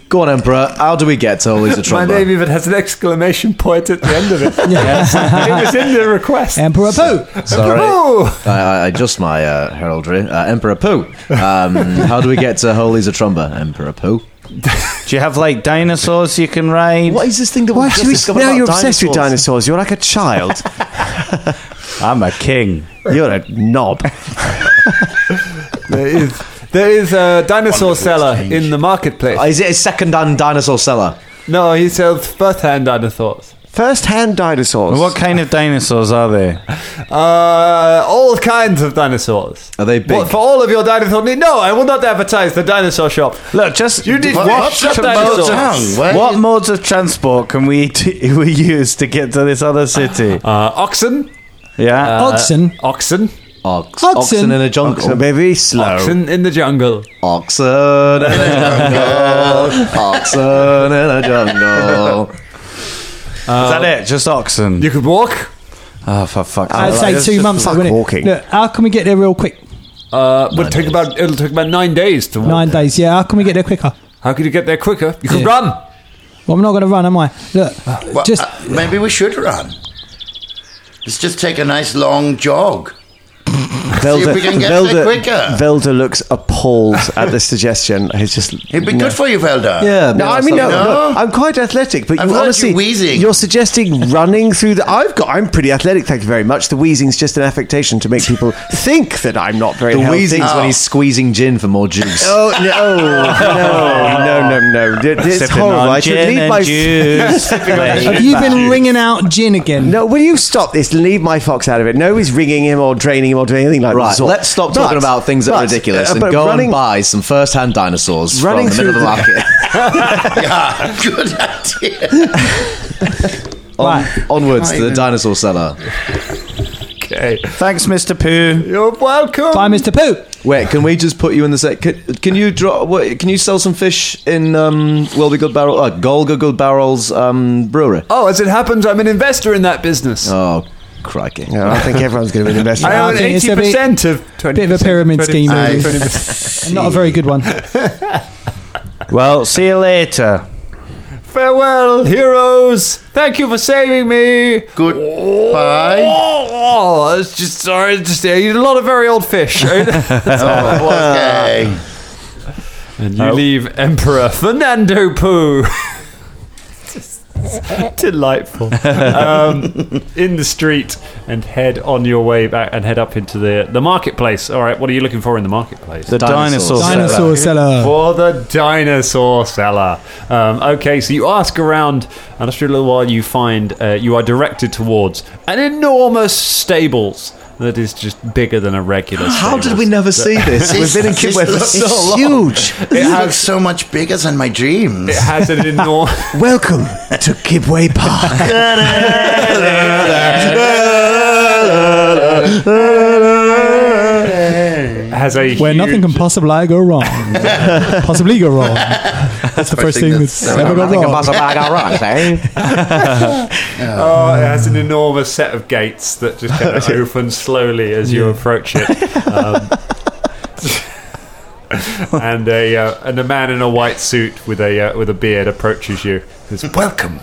Speaker 5: go on emperor how do we get to all
Speaker 10: [LAUGHS]
Speaker 5: these
Speaker 6: my
Speaker 5: trouble
Speaker 6: name even has an exclamation point at the end [LAUGHS] of it. it was in the request.
Speaker 8: Emperor Pooh.
Speaker 5: sorry
Speaker 6: Oh,
Speaker 5: I, I, I just my uh, heraldry uh, emperor pooh um, how do we get to holy's a trumba emperor pooh
Speaker 9: Do you have like dinosaurs you can raid?
Speaker 10: What is this thing that
Speaker 9: Why
Speaker 10: we've
Speaker 9: should
Speaker 10: just
Speaker 9: we-
Speaker 10: discovered
Speaker 9: now
Speaker 10: about
Speaker 9: you're obsessed with
Speaker 10: dinosaurs? You're like a child.
Speaker 9: I'm a king.
Speaker 10: you're a knob.
Speaker 6: There is [LAUGHS] there is a dinosaur seller in the marketplace.
Speaker 5: Is it a second-hand dinosaur seller?
Speaker 6: no, he sells first-hand dinosaurs.
Speaker 10: First-hand dinosaurs.
Speaker 9: What kind of dinosaurs are there?
Speaker 6: Uh, all kinds of dinosaurs.
Speaker 5: Are they big?
Speaker 6: What, for all of your dinosaur needs? No, I will not advertise the dinosaur shop.
Speaker 9: Look, just you
Speaker 6: did-
Speaker 9: what,
Speaker 6: what's
Speaker 9: what
Speaker 6: a dinosaur?
Speaker 9: modes-
Speaker 7: What?
Speaker 9: what modes of transport can we t- [LAUGHS] we use to get to this other city?
Speaker 6: Uh, oxen,
Speaker 9: yeah,
Speaker 8: Oxen.
Speaker 6: oxen,
Speaker 5: Ox-
Speaker 8: Oxen.
Speaker 5: oxen. in a jungle.
Speaker 10: So maybe slow.
Speaker 6: oxen in the jungle.
Speaker 5: Oxen in a jungle. Oxen in a jungle.
Speaker 9: is that it? Just oxen?
Speaker 6: You could walk.
Speaker 9: oh, for fuck's
Speaker 8: I'd
Speaker 9: sake!
Speaker 8: say
Speaker 9: That's
Speaker 8: two
Speaker 9: just-
Speaker 8: months.
Speaker 10: fuck
Speaker 8: wouldn't it?
Speaker 10: walking.
Speaker 8: Look, how can we get there real quick?
Speaker 6: Uh, would take about it'll take about nine days to walk.
Speaker 8: Nine days. Yeah, how can we get there quicker?
Speaker 6: How could you get there quicker? You could
Speaker 8: Yeah.
Speaker 6: run.
Speaker 8: Well, I'm not going to run, am I? Look,
Speaker 7: Well,
Speaker 8: just
Speaker 7: uh, maybe we should run. Let's just take a nice long jog. See if we can get there quicker.
Speaker 10: Velda looks appalled at this suggestion. He's just.
Speaker 7: It'd be good for you, Velda.
Speaker 5: Yeah,
Speaker 10: No, I mean, no,
Speaker 7: No?
Speaker 10: look, I'm quite athletic, but
Speaker 7: I've
Speaker 10: you
Speaker 7: heard
Speaker 10: honestly,
Speaker 7: you wheezing.
Speaker 10: are suggesting running through the. I've got. I'm pretty athletic, thank you very much. The wheezing's just an affectation to make
Speaker 7: [LAUGHS]
Speaker 10: people think that I'm not very
Speaker 5: The
Speaker 10: healthy.
Speaker 5: wheezing's
Speaker 6: Ah.
Speaker 5: when he's squeezing gin for more juice.
Speaker 10: Oh no, no, no, no, no! It- It's
Speaker 9: Sipping
Speaker 10: horrible.
Speaker 9: on
Speaker 10: I should
Speaker 9: gin
Speaker 10: leave
Speaker 9: and
Speaker 10: my.
Speaker 9: juice. Mate.
Speaker 8: have you been ringing out gin again?
Speaker 10: No, will you stop this? Leave my fox out of it. Nobody's ringing him or draining him or uh, doing anything like
Speaker 5: Right,
Speaker 10: that.
Speaker 5: let's stop talking about things that are
Speaker 6: Uh,
Speaker 5: ridiculous and go and buy some first-hand dinosaurs
Speaker 10: Running
Speaker 5: from the middle of the
Speaker 10: through
Speaker 5: market.
Speaker 6: [LAUGHS]
Speaker 5: [LAUGHS]
Speaker 7: Yeah, [LAUGHS] good idea.
Speaker 8: Oh,
Speaker 5: On, onwards to the dinosaur seller.
Speaker 6: Okay.
Speaker 9: Thanks, Mister Pooh.
Speaker 6: You're welcome.
Speaker 8: By Mr. Pooh.
Speaker 5: Wait, can we just put you in the set? Can, can you draw? What, can you sell some fish in um, Wilby Good Barrel, uh, Golga Good Barrel's um, brewery?
Speaker 6: Oh, as it happens, I'm an investor in that business.
Speaker 5: Oh, crikey!
Speaker 10: I think everyone's going to be an
Speaker 5: [LAUGHS]
Speaker 10: investor.
Speaker 6: I
Speaker 8: Yeah, I
Speaker 6: own
Speaker 8: think it's
Speaker 6: eighty
Speaker 8: a bit-
Speaker 6: percent of twenty.
Speaker 8: Bit of a pyramid scheme, really. Not a very good one.
Speaker 9: Well, see you later.
Speaker 6: Farewell, heroes. Thank you for saving me.
Speaker 8: [LAUGHS]
Speaker 7: Goodbye.
Speaker 6: Oh, oh, it's just sorry. It's just I eat a lot of very old [LAUGHS] fish. and
Speaker 7: Oh, okay.
Speaker 6: you leave Emperor Fernando [LAUGHS] Poo. Delightful. um, in the street and head on your way back and head up into the the marketplace. All right, what are you looking for in the marketplace?
Speaker 9: The dinosaur.
Speaker 5: Dinosaurs.
Speaker 9: seller.
Speaker 8: Dinosaur seller.
Speaker 6: For the dinosaur seller. Um, okay, so you ask around, and after a little while, you find uh, you are directed towards an enormous stables that is just bigger than a regular.
Speaker 5: How did
Speaker 6: stables.
Speaker 5: we never see this? We've been in
Speaker 7: This
Speaker 5: Kidway for
Speaker 7: looks-
Speaker 8: [LAUGHS]
Speaker 5: so long.
Speaker 10: Huge.
Speaker 7: It looks so much bigger than my
Speaker 8: [LAUGHS]
Speaker 7: dreams.
Speaker 6: It has [LAUGHS] an enormous.
Speaker 10: Welcome to Kibway Park.
Speaker 6: has a
Speaker 8: Where
Speaker 6: huge,
Speaker 8: nothing can possibly go wrong. possibly go wrong. That's the first thing that's ever gone wrong.
Speaker 9: eh?
Speaker 6: Oh, it has an enormous set of gates that just kind [LAUGHS] of open slowly as you approach it. Um, [LAUGHS] and a uh, and a man in a white suit with a uh, with a beard approaches you. Says, "Welcome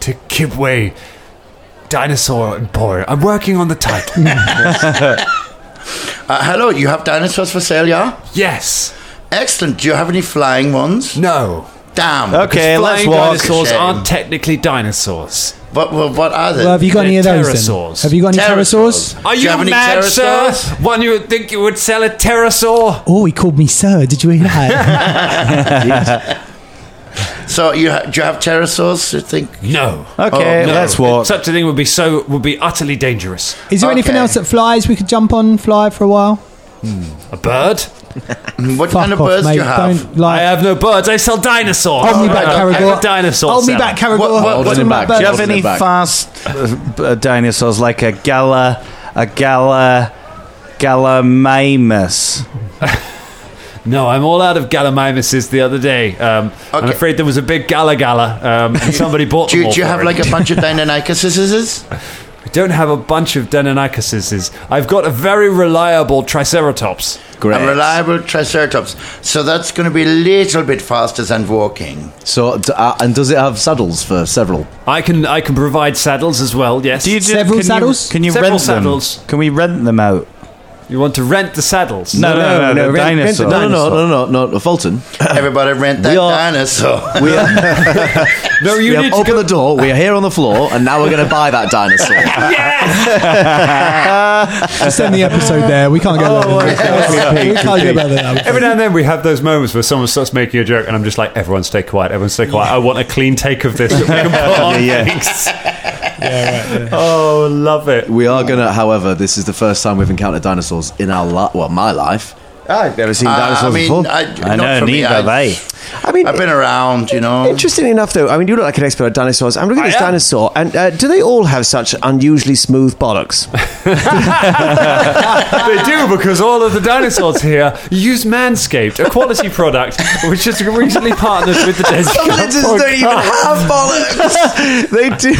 Speaker 6: to Kibway Dinosaur Emporium. I'm working on the [LAUGHS] title.
Speaker 7: Uh, hello, you have dinosaurs for sale, yeah?
Speaker 6: yes,
Speaker 7: Excellent. Do you have any flying ones?
Speaker 6: no."
Speaker 7: Damn.
Speaker 9: Okay, let's
Speaker 6: Flying
Speaker 9: walk.
Speaker 6: dinosaurs
Speaker 7: Shame.
Speaker 6: aren't technically dinosaurs.
Speaker 7: What, what, what are they?
Speaker 8: Well, have you got any of those then?
Speaker 6: Pterosaurs.
Speaker 8: Have you got any pterosaurs?
Speaker 6: Are
Speaker 7: Do
Speaker 6: you,
Speaker 7: you have any
Speaker 6: mad, sir?
Speaker 7: pterosaurs?
Speaker 6: One you would think you would sell a pterosaur?
Speaker 8: Oh, he called me sir. Did you hear that?
Speaker 7: So, you ha- do you have pterosaurs? I think.
Speaker 6: No.
Speaker 9: Okay,
Speaker 6: No.
Speaker 9: let's walk.
Speaker 6: Such a thing would be so would be utterly dangerous.
Speaker 8: Is there anything
Speaker 7: Okay.
Speaker 8: else that flies we could jump on, fly for a while?
Speaker 6: A bird?
Speaker 7: Mm, What
Speaker 8: Fuck
Speaker 7: kind of
Speaker 8: off,
Speaker 7: birds
Speaker 8: mate.
Speaker 7: do you have?
Speaker 8: Don't like.
Speaker 6: I have no birds. I sell dinosaurs.
Speaker 8: Hold me back,
Speaker 6: I'm
Speaker 8: Caragor.
Speaker 6: a dinosaur.
Speaker 8: Hold me
Speaker 6: seller.
Speaker 8: back, Caragor.
Speaker 7: What- what-
Speaker 8: Talking
Speaker 5: what's in
Speaker 8: about
Speaker 5: back?
Speaker 9: Do you
Speaker 8: birds.
Speaker 9: have
Speaker 5: Holding
Speaker 9: any
Speaker 5: it back.
Speaker 9: fast uh, b- uh, dinosaurs like a gala, a gala, gallimimus?
Speaker 6: No, I'm all out of gallimimuses the other day. Um, I'm
Speaker 7: Okay.
Speaker 6: afraid there was a big gala gala, um,
Speaker 9: [LAUGHS]
Speaker 6: and somebody bought
Speaker 7: Do
Speaker 6: them
Speaker 7: you,
Speaker 6: all
Speaker 7: do you
Speaker 6: for
Speaker 7: have
Speaker 6: me.
Speaker 7: like a
Speaker 6: [LAUGHS]
Speaker 7: bunch of Deinonychuses?
Speaker 6: I don't have a bunch of Deinonychuses. I've got a very reliable Triceratops.
Speaker 5: Great.
Speaker 7: A reliable Triceratops. So that's going to be a little bit faster than walking.
Speaker 5: So, d- uh, and does it have saddles for several?
Speaker 6: I can I can provide saddles as well. Yes.
Speaker 9: Do you do,
Speaker 8: Several
Speaker 9: can
Speaker 8: saddles?
Speaker 9: You, can you
Speaker 6: Several
Speaker 9: rent
Speaker 6: saddles.
Speaker 9: them? Can we rent them out?
Speaker 6: You want to rent the saddles?
Speaker 9: No, no, no, the
Speaker 10: rent- rent a
Speaker 9: dinosaur.
Speaker 5: No, no, no, no, no, Fulton.
Speaker 7: Everybody rent that
Speaker 5: We are-
Speaker 10: [LAUGHS]
Speaker 7: dinosaur.
Speaker 5: We are,
Speaker 6: No,
Speaker 5: we
Speaker 6: you
Speaker 5: have
Speaker 6: need to
Speaker 5: opened
Speaker 6: go.
Speaker 5: the door. We are here on the floor, and now we're going to buy that [LAUGHS] dinosaur.
Speaker 8: Just end the episode there. We can't get oh, We can't get better than that.
Speaker 6: Every now and then we have those moments where someone starts making a joke, and I'm just like, "Everyone, stay quiet! Everyone, stay quiet! I want a clean take of
Speaker 9: [LAUGHS]
Speaker 6: this." that we can put on. [LAUGHS] Oh, love it!
Speaker 5: we are going to, however, this is the first time we've encountered dinosaurs in our life. Well, my life.
Speaker 9: I've never seen
Speaker 7: dinosaurs I mean, before. I- not
Speaker 9: know,
Speaker 7: for me,
Speaker 9: neither
Speaker 7: I-
Speaker 9: have I.
Speaker 10: I mean,
Speaker 7: Uh, I've been around, you know.
Speaker 10: Interestingly enough, though, I mean, you look like an expert at dinosaurs. I'm looking at
Speaker 6: I
Speaker 10: this
Speaker 6: am.
Speaker 10: dinosaur, and uh, do they all have such unusually smooth bollocks?
Speaker 6: they do because all of the dinosaurs here use Manscaped, a quality product which has recently partnered with the Desert
Speaker 9: [LAUGHS]
Speaker 6: Cup
Speaker 10: Oh,
Speaker 6: podcast.
Speaker 5: have bollocks. they do.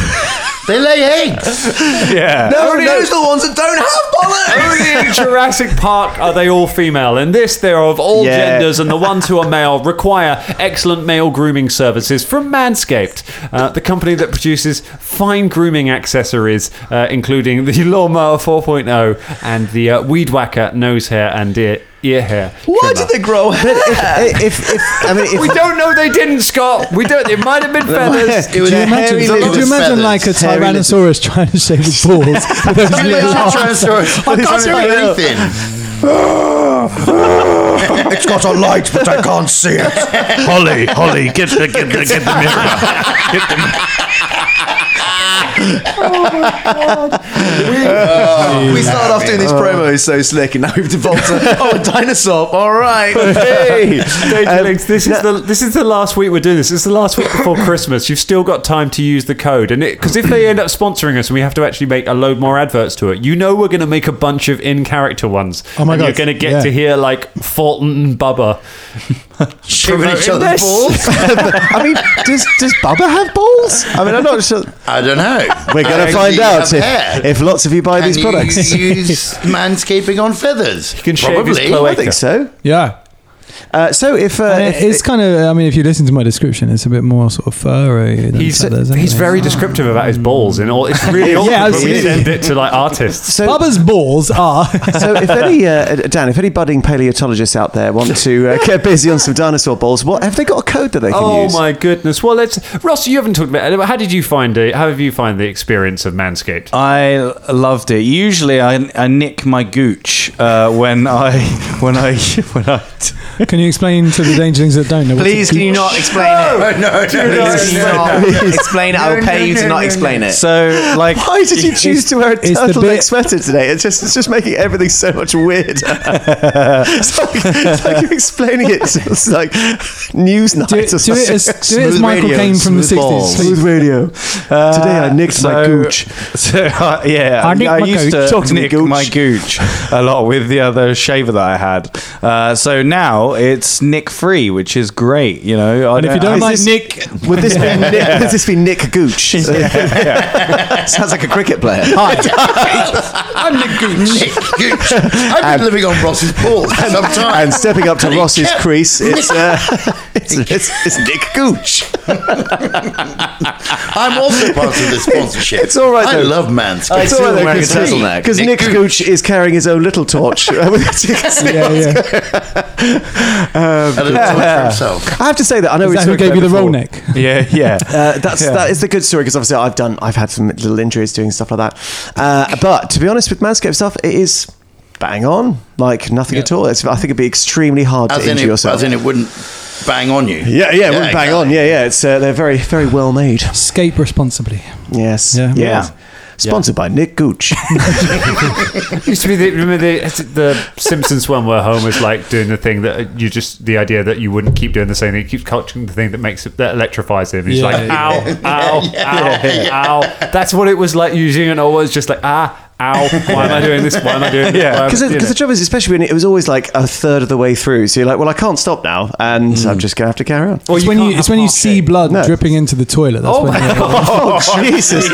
Speaker 7: They lay eggs.
Speaker 9: Yeah.
Speaker 5: No, no, those are the ones that don't have bollocks.
Speaker 6: Only in Jurassic Park are they all female. In this, they're of all
Speaker 9: Yeah.
Speaker 6: genders, and the ones who are male require excellent male grooming services from Manscaped, uh, the company that produces fine grooming accessories, uh, including the Lawnmower 4.0 and the uh, Weed Whacker nose hair and ear, ear hair.
Speaker 5: Why
Speaker 6: trimmer.
Speaker 5: did they grow hair?
Speaker 10: if, if, I mean, if,
Speaker 6: We don't know they didn't, Scott. We don't. It might have been feathers.
Speaker 7: It was
Speaker 8: Could you imagine,
Speaker 7: hairy
Speaker 8: could you
Speaker 7: little
Speaker 8: imagine
Speaker 7: feathers.
Speaker 8: like a
Speaker 7: Hairy little-
Speaker 8: Tyrannosaurus trying to shave his [LAUGHS] balls with those
Speaker 7: Can you [LAUGHS]
Speaker 8: little
Speaker 7: imagine a
Speaker 8: arms?
Speaker 7: Tyrannosaurus trying to do
Speaker 10: [LAUGHS]
Speaker 7: anything?
Speaker 2: It's got a light, but I can't see
Speaker 5: [LAUGHS]
Speaker 2: it.
Speaker 9: Holly, Holly, get the, get the, get the mirror. Get the
Speaker 5: we started off doing these promos so slick, and now we've devolved to oh, a dinosaur. All right.
Speaker 6: Hey, Danger
Speaker 10: Um,
Speaker 6: Links, this is the this is the last week we're doing this. It's the last week
Speaker 10: [LAUGHS]
Speaker 6: before Christmas. You've still got time to use the code, and because if they end up sponsoring us and we have to actually make a load more adverts to it, you know we're going to make a bunch of in character ones.
Speaker 8: Oh my
Speaker 6: and
Speaker 8: God,
Speaker 6: You're going to get
Speaker 8: yeah.
Speaker 6: to hear like Fulton and Bubba.
Speaker 7: Shaving each other's
Speaker 6: This-
Speaker 10: [LAUGHS]
Speaker 7: balls?
Speaker 10: I mean, does does Bubba have balls? I mean, I'm not sure.
Speaker 7: I don't know.
Speaker 10: We're going to
Speaker 7: Actually,
Speaker 10: find
Speaker 7: you
Speaker 10: out
Speaker 7: have hair.
Speaker 10: if, if lots of you buy
Speaker 7: Can
Speaker 10: [LAUGHS] these
Speaker 7: you
Speaker 10: products.
Speaker 7: use manscaping on feathers?
Speaker 6: can shave his
Speaker 7: Probably.
Speaker 6: cloaca.
Speaker 10: I think so.
Speaker 8: Yeah.
Speaker 10: Uh, so if, uh,
Speaker 8: And it-
Speaker 10: if
Speaker 8: it's kind of, I mean, if you listen to my description, it's a bit more sort of furry. Than
Speaker 6: He's
Speaker 8: feathers,
Speaker 6: he's
Speaker 8: isn't it?
Speaker 6: very descriptive about his balls, and all it's
Speaker 10: [LAUGHS]
Speaker 6: really awkward
Speaker 8: I've
Speaker 6: when we
Speaker 8: seen it.
Speaker 6: send it to like artists.
Speaker 10: so,
Speaker 8: Bubba's balls are.
Speaker 10: so if any uh, Dan, if any budding paleontologists out there want to uh, get busy on some dinosaur balls, what have they got a code that they can
Speaker 6: Oh
Speaker 10: use?
Speaker 6: my goodness! Well, let's Ross. You haven't talked about how did you find it? How have you find the experience of Manscaped?
Speaker 9: I loved it. Usually, I, I nick my gooch uh, when I [LAUGHS] when I when I.
Speaker 8: [LAUGHS] Can you explain to the danger things that don't know? what's a
Speaker 5: [LAUGHS] Please, can you
Speaker 8: gooch?
Speaker 5: not explain it?
Speaker 7: No, no, no.
Speaker 5: Please,
Speaker 7: no, no.
Speaker 5: can you not explain it? I will pay you to not explain it.
Speaker 9: So like,
Speaker 10: Why did you choose to wear a
Speaker 8: it's the
Speaker 10: turtleneck
Speaker 8: bit-
Speaker 10: sweater today? It's just it's just making everything so
Speaker 8: [LAUGHS]
Speaker 10: much weirder. it's, like, it's like you're explaining it. to- It's like news night
Speaker 8: Do
Speaker 10: or
Speaker 8: it, do
Speaker 10: something.
Speaker 8: it as, do it as
Speaker 5: Smooth
Speaker 8: Michael
Speaker 5: radio,
Speaker 8: Caine from the Uh,
Speaker 5: smooth
Speaker 8: 60s.
Speaker 5: balls.
Speaker 8: please.
Speaker 10: Smooth radio. Today I nicked my
Speaker 9: so-
Speaker 10: gooch.
Speaker 9: [LAUGHS] So, uh, yeah,
Speaker 8: I
Speaker 9: I,
Speaker 8: nicked my gooch.
Speaker 9: used to
Speaker 8: Talk to me,
Speaker 9: nick
Speaker 8: gooch.
Speaker 9: my gooch a lot with the other shaver that I had. Uh, so now it's nick free, which is great. You know, I
Speaker 8: And if you don't
Speaker 9: I-
Speaker 8: like
Speaker 10: this-
Speaker 8: Nick,
Speaker 10: Would this, be Nick,
Speaker 8: [LAUGHS]
Speaker 10: would this be Nick Gooch?
Speaker 5: Sounds like a cricket player.
Speaker 7: I'm Nick Gooch. Nick Gooch.
Speaker 10: [LAUGHS]
Speaker 7: I've been living on Ross's balls for some time.
Speaker 10: and stepping up to Ross's
Speaker 7: Nick.
Speaker 8: [LAUGHS]
Speaker 10: crease, it's, uh, it's, it's, it's Nick Gooch.
Speaker 7: I'm also part of this sponsorship.
Speaker 10: It's all right,
Speaker 7: I
Speaker 10: though.
Speaker 7: love manscaping.
Speaker 10: It's all right, though,
Speaker 5: wearing a
Speaker 10: 'cause-
Speaker 5: turtleneck.
Speaker 10: Because Nick,
Speaker 7: Nick
Speaker 10: Gooch is carrying his own
Speaker 8: [LAUGHS]
Speaker 10: little torch. [LAUGHS]
Speaker 8: yeah, yeah.
Speaker 7: A little touch for himself.
Speaker 10: I have to say that I know
Speaker 8: Is
Speaker 10: we
Speaker 8: that who
Speaker 10: talked
Speaker 8: gave
Speaker 10: about
Speaker 8: you the
Speaker 10: before.
Speaker 8: roll neck?
Speaker 9: yeah,
Speaker 8: [LAUGHS]
Speaker 9: yeah.
Speaker 10: Uh, that's that is the good story because obviously I've done I've had some little injuries doing stuff like that, uh, but to be honest with Manscaped stuff, it is bang on like nothing at all. It's, I think it'd be extremely hard
Speaker 7: As
Speaker 10: to
Speaker 7: in,
Speaker 10: injure
Speaker 7: it,
Speaker 10: yourself.
Speaker 7: as in it wouldn't bang on you.
Speaker 10: yeah, yeah, it wouldn't bang on. Yeah, yeah, it's uh, they're very very well made.
Speaker 8: Escape responsibly.
Speaker 10: Yes,
Speaker 8: Yeah.
Speaker 10: yeah, sponsored by Nick [LAUGHS] Gooch.
Speaker 6: used to be the, remember the, the Simpsons one where Homer's like doing the thing that you just the idea that you wouldn't keep doing the same thing. He keeps catching the thing that makes it that electrifies him. He's
Speaker 8: Yeah,
Speaker 6: like,
Speaker 8: yeah.
Speaker 6: ow,
Speaker 10: [LAUGHS]
Speaker 6: ow, ow, ow. That's what it was like using it. Always just like ah, ow. Why am I doing this? Why am I doing? Yeah,
Speaker 10: Because the trouble is, especially when it was always like a third of the way through, so you're like, well, I can't stop now, and I'm just gonna have to carry on.
Speaker 8: it's
Speaker 6: you
Speaker 8: when
Speaker 6: can't
Speaker 8: you it's
Speaker 6: have
Speaker 8: when you
Speaker 6: half
Speaker 8: see
Speaker 6: cake.
Speaker 8: blood
Speaker 10: No.
Speaker 8: dripping into the toilet. That's
Speaker 6: Oh
Speaker 8: when
Speaker 6: my
Speaker 8: you're-
Speaker 10: Oh, [LAUGHS] Jesus,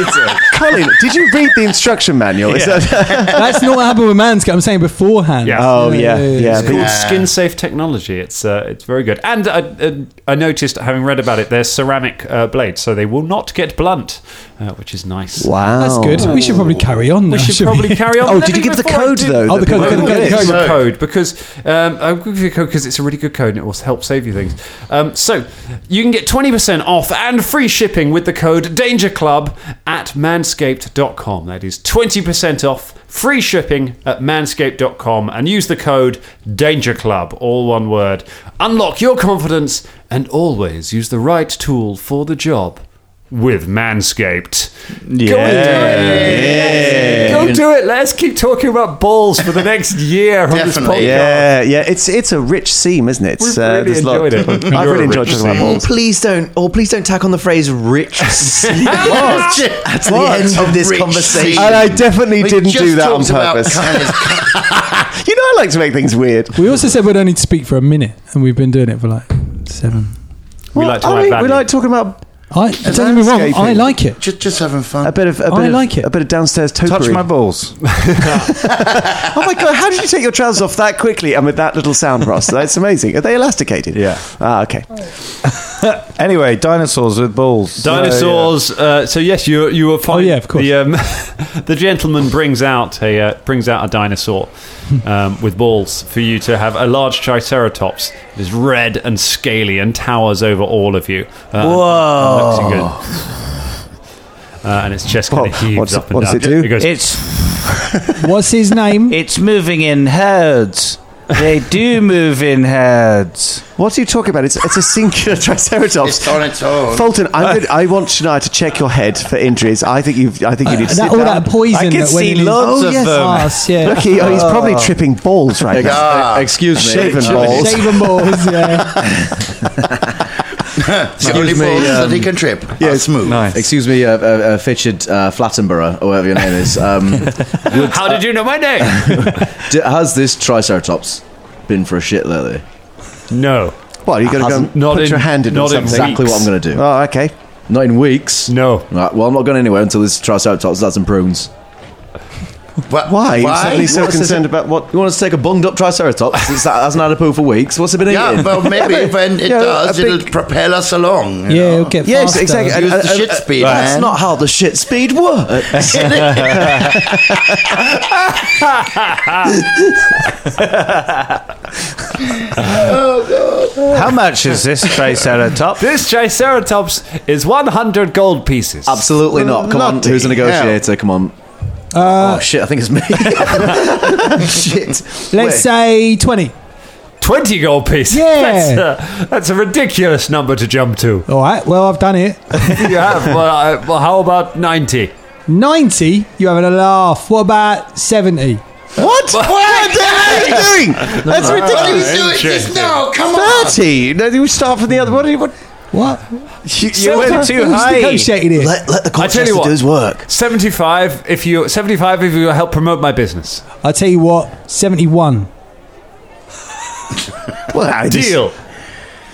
Speaker 10: Colin, did you read the instruction manual? Is that-
Speaker 8: that's not what happened with Manscaped. I'm saying beforehand.
Speaker 6: Yeah.
Speaker 10: oh yeah, yeah.
Speaker 6: It's
Speaker 10: but-
Speaker 6: called Skin Safe Technology. It's uh, it's very good, and I, uh, I noticed having read about it, they're ceramic uh, blades, so they will not get blunt, uh, which is nice.
Speaker 10: Wow,
Speaker 8: That's good. We should probably carry on.
Speaker 6: We should
Speaker 8: should
Speaker 6: probably
Speaker 8: [LAUGHS]
Speaker 6: [LAUGHS]
Speaker 8: we?
Speaker 6: carry on.
Speaker 10: Oh,
Speaker 6: with
Speaker 10: did
Speaker 6: it
Speaker 10: you give the
Speaker 6: before I
Speaker 10: code,
Speaker 6: do-
Speaker 10: though,
Speaker 8: Oh, the that code,
Speaker 6: I
Speaker 8: people
Speaker 6: will
Speaker 8: code,
Speaker 6: give
Speaker 8: code,
Speaker 6: you
Speaker 8: code.
Speaker 6: the code because um, I'll give you a code because it's a really good code and it will help save you things. Um, so you can get twenty percent off and free shipping with the code Danger Club at manscaped.com. That is twenty percent off, free shipping at manscaped.com, and use the code Danger Club, all one word. Unlock your confidence and always use the right tool for the job. With Manscaped. Go and do it. Go do it. Let's keep talking about balls for the next year on this podcast.
Speaker 7: Definitely,
Speaker 10: Yeah, yeah. It's it's a rich seam, isn't it?
Speaker 6: We've
Speaker 10: Uh,
Speaker 6: really
Speaker 10: there's a lot-
Speaker 6: enjoyed it.
Speaker 10: I've
Speaker 6: You're a
Speaker 10: really enjoyed
Speaker 6: rich
Speaker 10: talking about
Speaker 6: seam.
Speaker 10: balls.
Speaker 5: Please don't, or please don't tack on the phrase
Speaker 10: [LAUGHS]
Speaker 5: "rich." seed at the end of this
Speaker 7: Rich
Speaker 5: conversation.
Speaker 7: seed.
Speaker 10: And I definitely
Speaker 7: We
Speaker 10: didn't
Speaker 7: just
Speaker 10: do that on
Speaker 7: talked about
Speaker 10: purpose.
Speaker 7: colours.
Speaker 10: you know, I like to make things weird.
Speaker 8: We also said we'd only speak for a minute, and we've been doing it for like seven.
Speaker 6: We like to
Speaker 10: I
Speaker 6: add
Speaker 10: mean,
Speaker 6: value.
Speaker 10: we like talking about
Speaker 8: I don't get me wrong. I
Speaker 10: Landscaping.
Speaker 8: like it.
Speaker 7: just, just having fun.
Speaker 10: a bit of a bit
Speaker 8: I
Speaker 10: of,
Speaker 8: like it.
Speaker 10: a bit of downstairs topiary.
Speaker 9: Touch my balls.
Speaker 10: Oh my god! How did you take your trousers off that quickly and with that little sound, Ross? That's amazing. Are they elasticated?
Speaker 9: Yeah.
Speaker 10: Ah, okay.
Speaker 9: Anyway, dinosaurs with balls.
Speaker 6: Dinosaurs. Uh, so yes, you you were fine.
Speaker 8: Oh, yeah, of course.
Speaker 6: The, um, [LAUGHS] the gentleman brings out a uh, brings out a dinosaur um, with balls for you to have a large triceratops. It is red and scaly and towers over all of you. Uh, Whoa! And looks good. Uh, and its chest kind of
Speaker 10: Well,
Speaker 6: heaves
Speaker 10: what's it-
Speaker 6: up and
Speaker 10: what does
Speaker 6: down.
Speaker 10: it do?
Speaker 6: It goes,
Speaker 9: It's
Speaker 8: What's his
Speaker 10: [LAUGHS]
Speaker 8: name?
Speaker 9: it's moving in herds. They [LAUGHS] do move in herds.
Speaker 10: What are you talking about? It's, it's a singular [LAUGHS] triceratops.
Speaker 7: It's on its own.
Speaker 10: Fulton, I'm gonna, I want Shania to check your head for injuries. I think you have I think you need to
Speaker 8: that-
Speaker 10: sit
Speaker 8: all
Speaker 10: down.
Speaker 8: that poison.
Speaker 9: I can
Speaker 8: that went
Speaker 9: see
Speaker 8: in his-
Speaker 9: loads
Speaker 8: oh,
Speaker 9: of
Speaker 8: yes,
Speaker 9: them.
Speaker 8: arse, yeah.
Speaker 10: Look, he, oh, he's probably tripping balls right now.
Speaker 7: Ah,
Speaker 5: Excuse me.
Speaker 10: Shaven balls.
Speaker 8: Shaven
Speaker 10: [LAUGHS]
Speaker 8: balls. Yeah.
Speaker 7: it's the only
Speaker 5: Excuse me,
Speaker 7: balls
Speaker 5: um,
Speaker 7: that he can trip. Yeah, smooth.
Speaker 5: Excuse me, uh, uh, uh, featured uh, Flattenborough, or whatever your name is. Um,
Speaker 9: [LAUGHS]
Speaker 6: How did you know my name?
Speaker 5: d- has this Triceratops been for a shit lately?
Speaker 6: no,
Speaker 10: What, are you going to go and
Speaker 5: Hasn't-
Speaker 6: not
Speaker 10: put
Speaker 6: in-
Speaker 10: your hand in or
Speaker 6: not in
Speaker 10: something?
Speaker 5: Exactly what I'm going to do.
Speaker 10: Oh, okay.
Speaker 5: Not in weeks.
Speaker 6: no.
Speaker 5: Right, well, I'm not going anywhere until this Triceratops has some prunes.
Speaker 7: Wha-
Speaker 10: Why? You're suddenly
Speaker 7: Why?
Speaker 10: so concerned about what...
Speaker 5: You want us to take a bunged up Triceratops that hasn't had a poo for weeks? What's it been
Speaker 7: Yeah,
Speaker 5: eating?
Speaker 7: well, maybe when it
Speaker 10: yeah,
Speaker 7: does,
Speaker 10: a big-
Speaker 7: it'll propel us along. [LAUGHS] you
Speaker 8: Yeah.
Speaker 7: know?
Speaker 8: He'll get
Speaker 10: Yes,
Speaker 8: faster.
Speaker 10: exactly. Uh,
Speaker 7: Use the shit speed,
Speaker 5: That's
Speaker 7: man.
Speaker 5: not how the shit speed works.
Speaker 9: How much is this triceratops?
Speaker 6: This triceratops is 100 gold pieces.
Speaker 5: Absolutely not. Come on,
Speaker 10: Bloody
Speaker 5: who's a negotiator? Come on. oh shit! I think it's me. [LAUGHS] shit.
Speaker 8: Let's say twenty.
Speaker 6: 20 gold pieces.
Speaker 8: Yeah.
Speaker 6: That's a, that's a ridiculous number to jump to.
Speaker 8: All right. Well, I've done it.
Speaker 6: you have. Well, I, well, how about 90?
Speaker 8: 90, you're having a laugh. What about 70?
Speaker 10: What? What, are
Speaker 5: [LAUGHS]
Speaker 10: you doing? That's
Speaker 7: Why do
Speaker 10: ridiculous.
Speaker 7: you do it just now? Come on.
Speaker 10: 30? No, you start from the other... What are you... What?
Speaker 8: What?
Speaker 10: You,
Speaker 9: You went too
Speaker 8: Who's
Speaker 9: high.
Speaker 8: negotiated it?
Speaker 5: Let, let the
Speaker 6: I tell you
Speaker 5: contractor
Speaker 6: what.
Speaker 5: do his work.
Speaker 6: 75 if you 75 if you help promote my business.
Speaker 8: I'll tell you what, 71.
Speaker 10: Well, I just-
Speaker 6: Deal.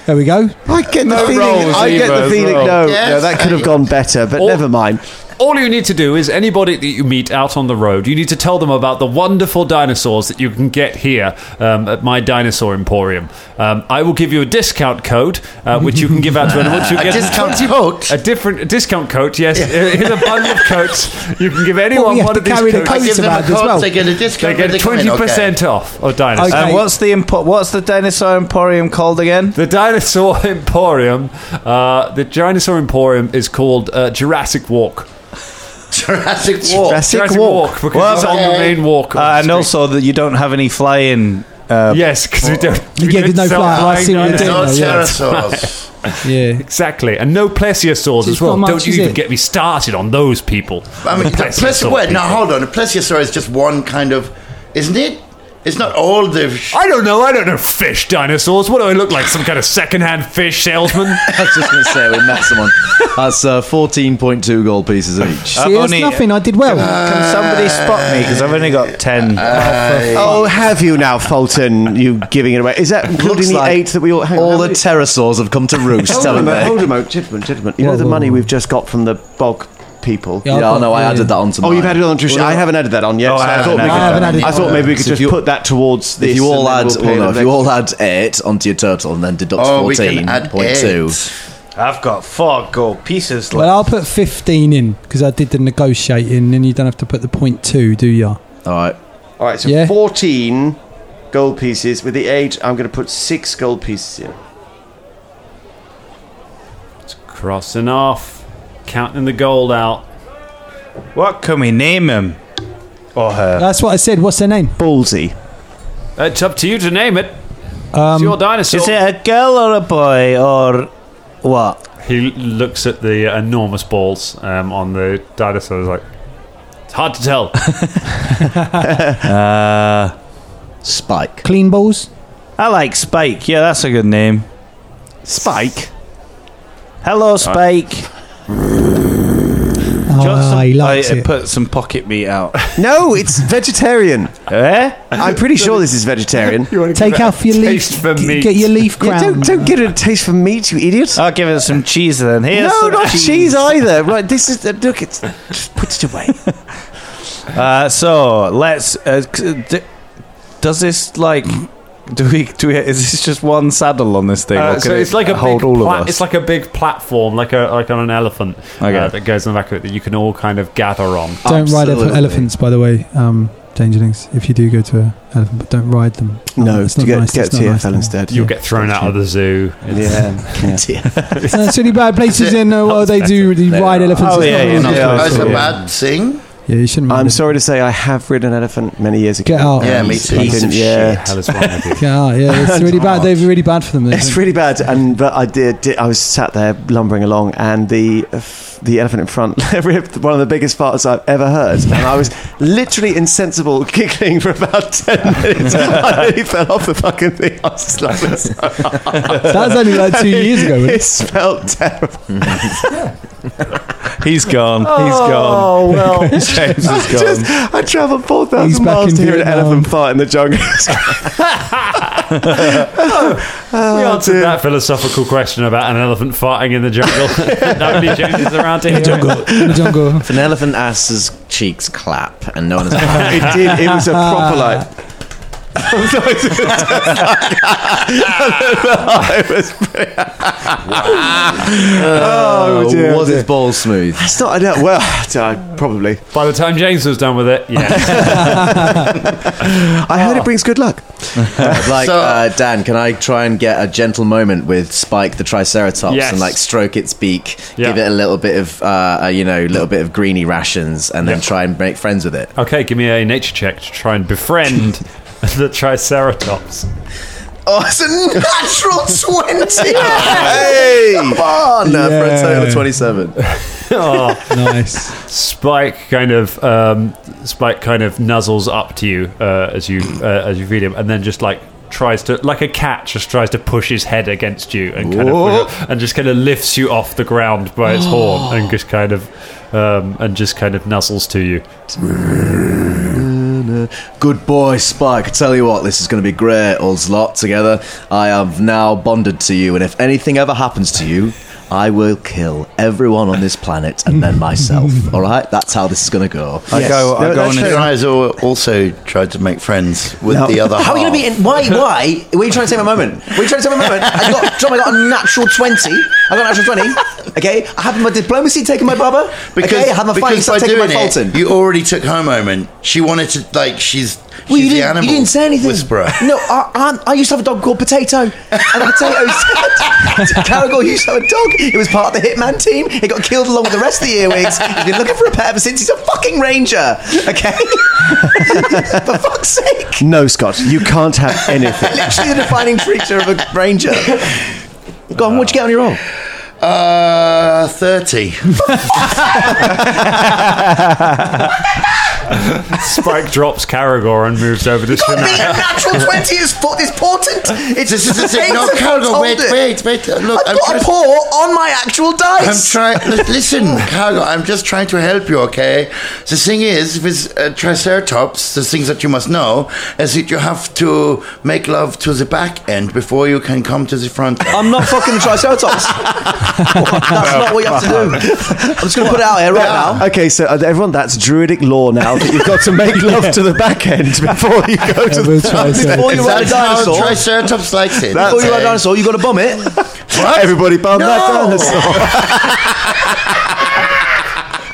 Speaker 8: There we go.
Speaker 10: I get the feeling.
Speaker 9: rolls
Speaker 10: I get
Speaker 9: either
Speaker 10: the
Speaker 9: as
Speaker 10: feeling.
Speaker 9: well.
Speaker 10: No,
Speaker 7: Yes.
Speaker 10: no, that could have gone better. But
Speaker 6: Or-
Speaker 10: never mind.
Speaker 6: All you need to do is anybody that you meet out on the road, you need to tell them about the wonderful dinosaurs that you can get here um, at my dinosaur emporium. Um, I will give you a discount code, uh, which you can give out to anyone. You get
Speaker 7: discount
Speaker 6: 20
Speaker 7: code?
Speaker 6: A different a discount code, yes. Here's a bundle of codes. You can give anyone
Speaker 8: Well, we have
Speaker 6: one
Speaker 8: to
Speaker 6: of these
Speaker 8: carry the
Speaker 6: codes.
Speaker 7: I give
Speaker 8: Codes
Speaker 7: them a
Speaker 8: about as
Speaker 7: code,
Speaker 8: well.
Speaker 7: they get a
Speaker 6: They
Speaker 7: discount. when
Speaker 6: get
Speaker 7: come in.
Speaker 6: twenty percent off of dinosaur.
Speaker 8: Okay.
Speaker 9: And what's the impo- What's the dinosaur emporium called again?
Speaker 6: The dinosaur [LAUGHS] emporium. Uh, the dinosaur emporium is called uh, Jurassic Walk.
Speaker 7: Okay. Jurassic Walk.
Speaker 10: Jurassic-
Speaker 6: Jurassic
Speaker 10: Walk.
Speaker 6: Walk because
Speaker 9: Well,
Speaker 6: it's on the
Speaker 7: okay.
Speaker 6: main walk.
Speaker 9: Uh, and also that you don't have any flying. Uh,
Speaker 6: yes, because we don't.
Speaker 8: You
Speaker 6: we
Speaker 8: gave it
Speaker 6: don't
Speaker 8: no
Speaker 6: sell
Speaker 8: fly. I
Speaker 6: flying
Speaker 8: see what you're doing.
Speaker 7: No
Speaker 8: Yeah, yeah.
Speaker 7: pterosaurs.
Speaker 8: Yeah.
Speaker 6: Exactly, and no plesiosaurs as
Speaker 8: Just
Speaker 6: well.
Speaker 8: how much
Speaker 6: Don't you
Speaker 8: is
Speaker 6: even
Speaker 8: it?
Speaker 6: get me started on those people.
Speaker 7: I mean, the plesi-
Speaker 6: Plesiosaur
Speaker 7: wait, now
Speaker 6: people.
Speaker 7: hold on. A plesiosaur is just one kind of, isn't it? It's not all the. Sh-
Speaker 6: I don't know. I don't know fish dinosaurs. What do I look like? [LAUGHS] Some kind of second-hand fish salesman?
Speaker 5: I was just going to say we met someone. That's uh, 14.2 gold pieces each.
Speaker 8: See, that's
Speaker 9: only-
Speaker 8: nothing. I did well.
Speaker 9: Can
Speaker 8: Uh,
Speaker 10: Uh,
Speaker 9: somebody spot me? Because I've only got ten.
Speaker 10: Oh, have you now, Fulton? You giving it away? Is that including the eight that we all? Hang on,
Speaker 5: all
Speaker 10: how
Speaker 5: the
Speaker 10: many-
Speaker 5: pterosaurs have come to roost,
Speaker 10: Hold on a
Speaker 5: haven't
Speaker 10: moment,
Speaker 5: they?
Speaker 10: hold on a moment, gentlemen, gentlemen. You know the
Speaker 8: whoa,
Speaker 10: money
Speaker 8: whoa.
Speaker 10: we've just got from the bulk people.
Speaker 8: I've
Speaker 5: Yeah, I
Speaker 8: got-
Speaker 5: know. I
Speaker 8: yeah.
Speaker 5: added that onto.
Speaker 10: Oh, you've
Speaker 5: mine.
Speaker 10: added it on to. your- I haven't added that on yet.
Speaker 9: Oh, I
Speaker 10: so
Speaker 9: haven't
Speaker 10: thought we
Speaker 9: added
Speaker 10: could-
Speaker 8: I haven't added
Speaker 10: I
Speaker 8: it
Speaker 10: thought
Speaker 8: on.
Speaker 10: maybe we could
Speaker 5: So if
Speaker 10: just
Speaker 5: you-
Speaker 10: put that towards this.
Speaker 5: If you all
Speaker 10: and then
Speaker 5: add,
Speaker 10: we'll pay
Speaker 5: well, no,
Speaker 10: them
Speaker 5: if you
Speaker 10: next- Oh,
Speaker 5: all add eight onto your total and then deduct
Speaker 7: Oh, we can add
Speaker 5: 14.2,
Speaker 11: I've got four gold pieces
Speaker 8: Well,
Speaker 11: left.
Speaker 8: I'll put 15 in because I did the negotiating and you don't have to put the point two, do ya?
Speaker 5: All right.
Speaker 11: All right, so
Speaker 8: Yeah.
Speaker 11: 14 gold pieces. With the eight, I'm going to put six gold pieces in.
Speaker 6: [LAUGHS] Crossing off, counting the gold out.
Speaker 11: What can we name him?
Speaker 6: Or her?
Speaker 8: That's what I said. What's their name?
Speaker 10: Ballsy.
Speaker 6: It's up to you to name it. it's your dinosaur.
Speaker 11: Is it a girl or a boy or what?
Speaker 6: He looks at the uh, enormous balls um, on the dinosaur. He's like, it's hard to tell.
Speaker 9: Uh,
Speaker 5: Spike.
Speaker 8: Clean balls.
Speaker 9: I like Spike. Yeah, that's a good name.
Speaker 11: Spike. Hello, Spike.
Speaker 8: Oh, he likes
Speaker 9: I
Speaker 8: it.
Speaker 9: put some pocket meat out.
Speaker 10: No, it's vegetarian.
Speaker 9: [LAUGHS] eh?
Speaker 10: I'm pretty sure this is
Speaker 8: [LAUGHS]
Speaker 10: vegetarian.
Speaker 8: Take off your leaf.
Speaker 6: for
Speaker 8: g-
Speaker 6: meat.
Speaker 8: Get your leaf
Speaker 10: Yeah,
Speaker 8: crown.
Speaker 10: don't, don't get a taste for meat, you idiot.
Speaker 7: Oh,
Speaker 9: I'll give it some cheese then. Here's
Speaker 10: no,
Speaker 9: some
Speaker 10: not cheese.
Speaker 7: [LAUGHS]
Speaker 10: either. Right, this is uh, look. It's just put it away.
Speaker 9: Uh, so let's. Uh, c- d- does this like? Do we? Do we? Is this just one saddle on this thing?
Speaker 6: Uh,
Speaker 9: or
Speaker 6: so
Speaker 9: can
Speaker 6: it's
Speaker 9: it
Speaker 6: like a
Speaker 9: hold
Speaker 6: big
Speaker 9: all
Speaker 6: pla-
Speaker 9: of us.
Speaker 6: It's like a big platform, like a like on an elephant uh,
Speaker 9: Okay.
Speaker 6: that goes on the back of it that you can all kind of gather on.
Speaker 8: Don't ride ele-
Speaker 5: Absolutely.
Speaker 8: elephants, by the way, um, Dangerlings. If you do go to an elephant, but don't ride them.
Speaker 10: no,
Speaker 8: It's not
Speaker 10: to get,
Speaker 8: nice,
Speaker 10: get
Speaker 8: it's not
Speaker 10: TFL
Speaker 8: nice.
Speaker 10: instead.
Speaker 6: You'll get thrown out of the zoo.
Speaker 10: yeah. yeah.
Speaker 7: [LAUGHS]
Speaker 8: Uh, it's really bad places in the world. They do they ride elephants.
Speaker 9: Oh,
Speaker 8: It's
Speaker 9: yeah,
Speaker 8: not really
Speaker 9: yeah, not
Speaker 8: good.
Speaker 9: Yeah,
Speaker 7: That's
Speaker 9: so-
Speaker 7: a bad thing.
Speaker 8: Yeah, you shouldn't. ride
Speaker 10: I'm
Speaker 8: them.
Speaker 10: sorry to say, I have ridden an elephant many years ago.
Speaker 8: Get out.
Speaker 7: Yeah, me too.
Speaker 10: I
Speaker 7: Piece
Speaker 10: didn't-
Speaker 7: of
Speaker 10: yeah.
Speaker 6: Hell is wrong with you.
Speaker 8: Get out. [LAUGHS] Yeah, it's really bad. They're really bad for them. they
Speaker 10: It's
Speaker 8: don't-
Speaker 10: really bad, and but I did, did. I was sat there lumbering along, and the the elephant in front [LAUGHS] ripped one of the biggest farts I've ever heard, and I was literally insensible, [LAUGHS] giggling for
Speaker 8: [LAUGHS]
Speaker 10: about ten minutes. I [LAUGHS] nearly fell off the fucking thing. I was just like, "That's so
Speaker 8: that was only like [LAUGHS] two years ago. wasn't
Speaker 10: It
Speaker 8: it?
Speaker 10: smelled terrible.
Speaker 9: He's gone. He's gone.
Speaker 10: Oh [LAUGHS] well.
Speaker 9: James is gone.
Speaker 10: Just, I travelled four
Speaker 8: He's
Speaker 10: thousand
Speaker 8: back
Speaker 10: miles
Speaker 8: in
Speaker 10: to hear an
Speaker 8: Vietnam.
Speaker 10: elephant fart in the jungle. [LAUGHS]
Speaker 6: we answered
Speaker 10: dear.
Speaker 6: that philosophical question about an elephant farting in the jungle. Nobody chooses around to hear it.
Speaker 8: In the [LAUGHS] jungle.
Speaker 5: If an elephant ass's cheeks clap and no one has
Speaker 10: it did. It was a proper like. it was oh dear.
Speaker 5: was his ball smooth?
Speaker 10: It's not. I don't, well, I- probably.
Speaker 6: [LAUGHS] By the time James was done with it, [LAUGHS] yeah.
Speaker 10: I heard it brings good luck.
Speaker 5: Like
Speaker 7: So-
Speaker 5: uh, Dan, can I try and get a gentle moment with Spike the Triceratops
Speaker 6: Yes.
Speaker 5: and like stroke its beak,
Speaker 6: Yeah.
Speaker 5: give it a little bit of uh, uh, you know, a little bit of greeny rations, and then
Speaker 6: Yeah.
Speaker 5: try and make friends with it.
Speaker 6: okay, give me a nature check to try and [LAUGHS] befriend the Triceratops.
Speaker 5: Oh, it's a natural twenty! hey, come on! uh, for a total
Speaker 8: Yeah.
Speaker 5: of twenty-seven.
Speaker 8: [LAUGHS] Nice.
Speaker 6: Spike kind of um, Spike kind of nuzzles up to you uh, as you uh, as you feed him, and then just like tries to like a cat just tries to push his head against you and kind of push it- and just kind of lifts you off the ground by its horn [GASPS] and just kind of um, and just kind of nuzzles to you.
Speaker 5: Good boy, Spike. I tell you what, this is going to be great, us lot together. I have now bonded to you, and if anything ever happens to you, I will kill everyone on this planet and then myself. All right, that's how this is going to go.
Speaker 9: I go. I
Speaker 10: No,
Speaker 9: go
Speaker 10: that's
Speaker 9: on
Speaker 10: fair.
Speaker 9: a,
Speaker 7: And I has al- also tried to make friends with
Speaker 10: No.
Speaker 7: the other half.
Speaker 5: How are you going to be in? Why? Why? Were you trying to take my moment? Were you trying to take my moment? I got, John, I got a natural 20. I got a natural 20. Okay? I have my diplomacy taken by Barbara. okay? I have my fighting
Speaker 7: because by
Speaker 5: stuff taken by
Speaker 7: doing it,
Speaker 5: Fulton.
Speaker 7: You already took her moment. She wanted to like she's.
Speaker 5: Well,
Speaker 7: she's
Speaker 5: you
Speaker 7: the
Speaker 5: didn't,
Speaker 7: animal
Speaker 5: you didn't say anything.
Speaker 7: Whisperer.
Speaker 5: [LAUGHS] No, I, I'm- I, used to have a dog called Potato. And Potato [LAUGHS] said, Caragor used to have a dog. It was part of the Hitman team. It got killed along with the rest of the earwigs. He's been looking for a pet ever since. He's a fucking ranger. Okay? [LAUGHS] for fuck's sake.
Speaker 10: No, Scott, you can't
Speaker 5: [LAUGHS]
Speaker 10: have anything.
Speaker 5: Literally the defining feature of a ranger. Go on, what'd you get on your own?
Speaker 7: Uh, thirty.
Speaker 6: Spike drops Caragor and moves over to
Speaker 5: Got me
Speaker 6: Shania.
Speaker 5: a [LAUGHS] natural 20 is, po- is portent. It's
Speaker 7: this
Speaker 5: [LAUGHS]
Speaker 7: is this is
Speaker 5: James
Speaker 7: no,
Speaker 5: has
Speaker 7: Cargo.
Speaker 5: foretold
Speaker 7: Wait,
Speaker 5: it.
Speaker 7: wait, wait. Look,
Speaker 5: I've
Speaker 7: I'm
Speaker 5: got a
Speaker 7: just-
Speaker 5: paw on my actual
Speaker 7: I'm
Speaker 5: dice.
Speaker 7: trying. Listen, Cargo. I'm just trying to help you. Okay. The thing is, with uh, Triceratops, the things that you must know is that you have to make love to the back end before you can come to the front. end.
Speaker 5: I'm not fucking the Triceratops. That's not what you have to do. I'm just going to put it out here right now.
Speaker 10: Okay, so uh, everyone, that's druidic law now. You've got
Speaker 7: [LAUGHS]
Speaker 10: to make love to the back end before you go to the
Speaker 7: Before you ride a dinosaur, Triceratops likes it.
Speaker 10: Before you ride a
Speaker 7: dinosaur, you got to bomb it.
Speaker 10: Everybody bomb that
Speaker 7: dinosaur.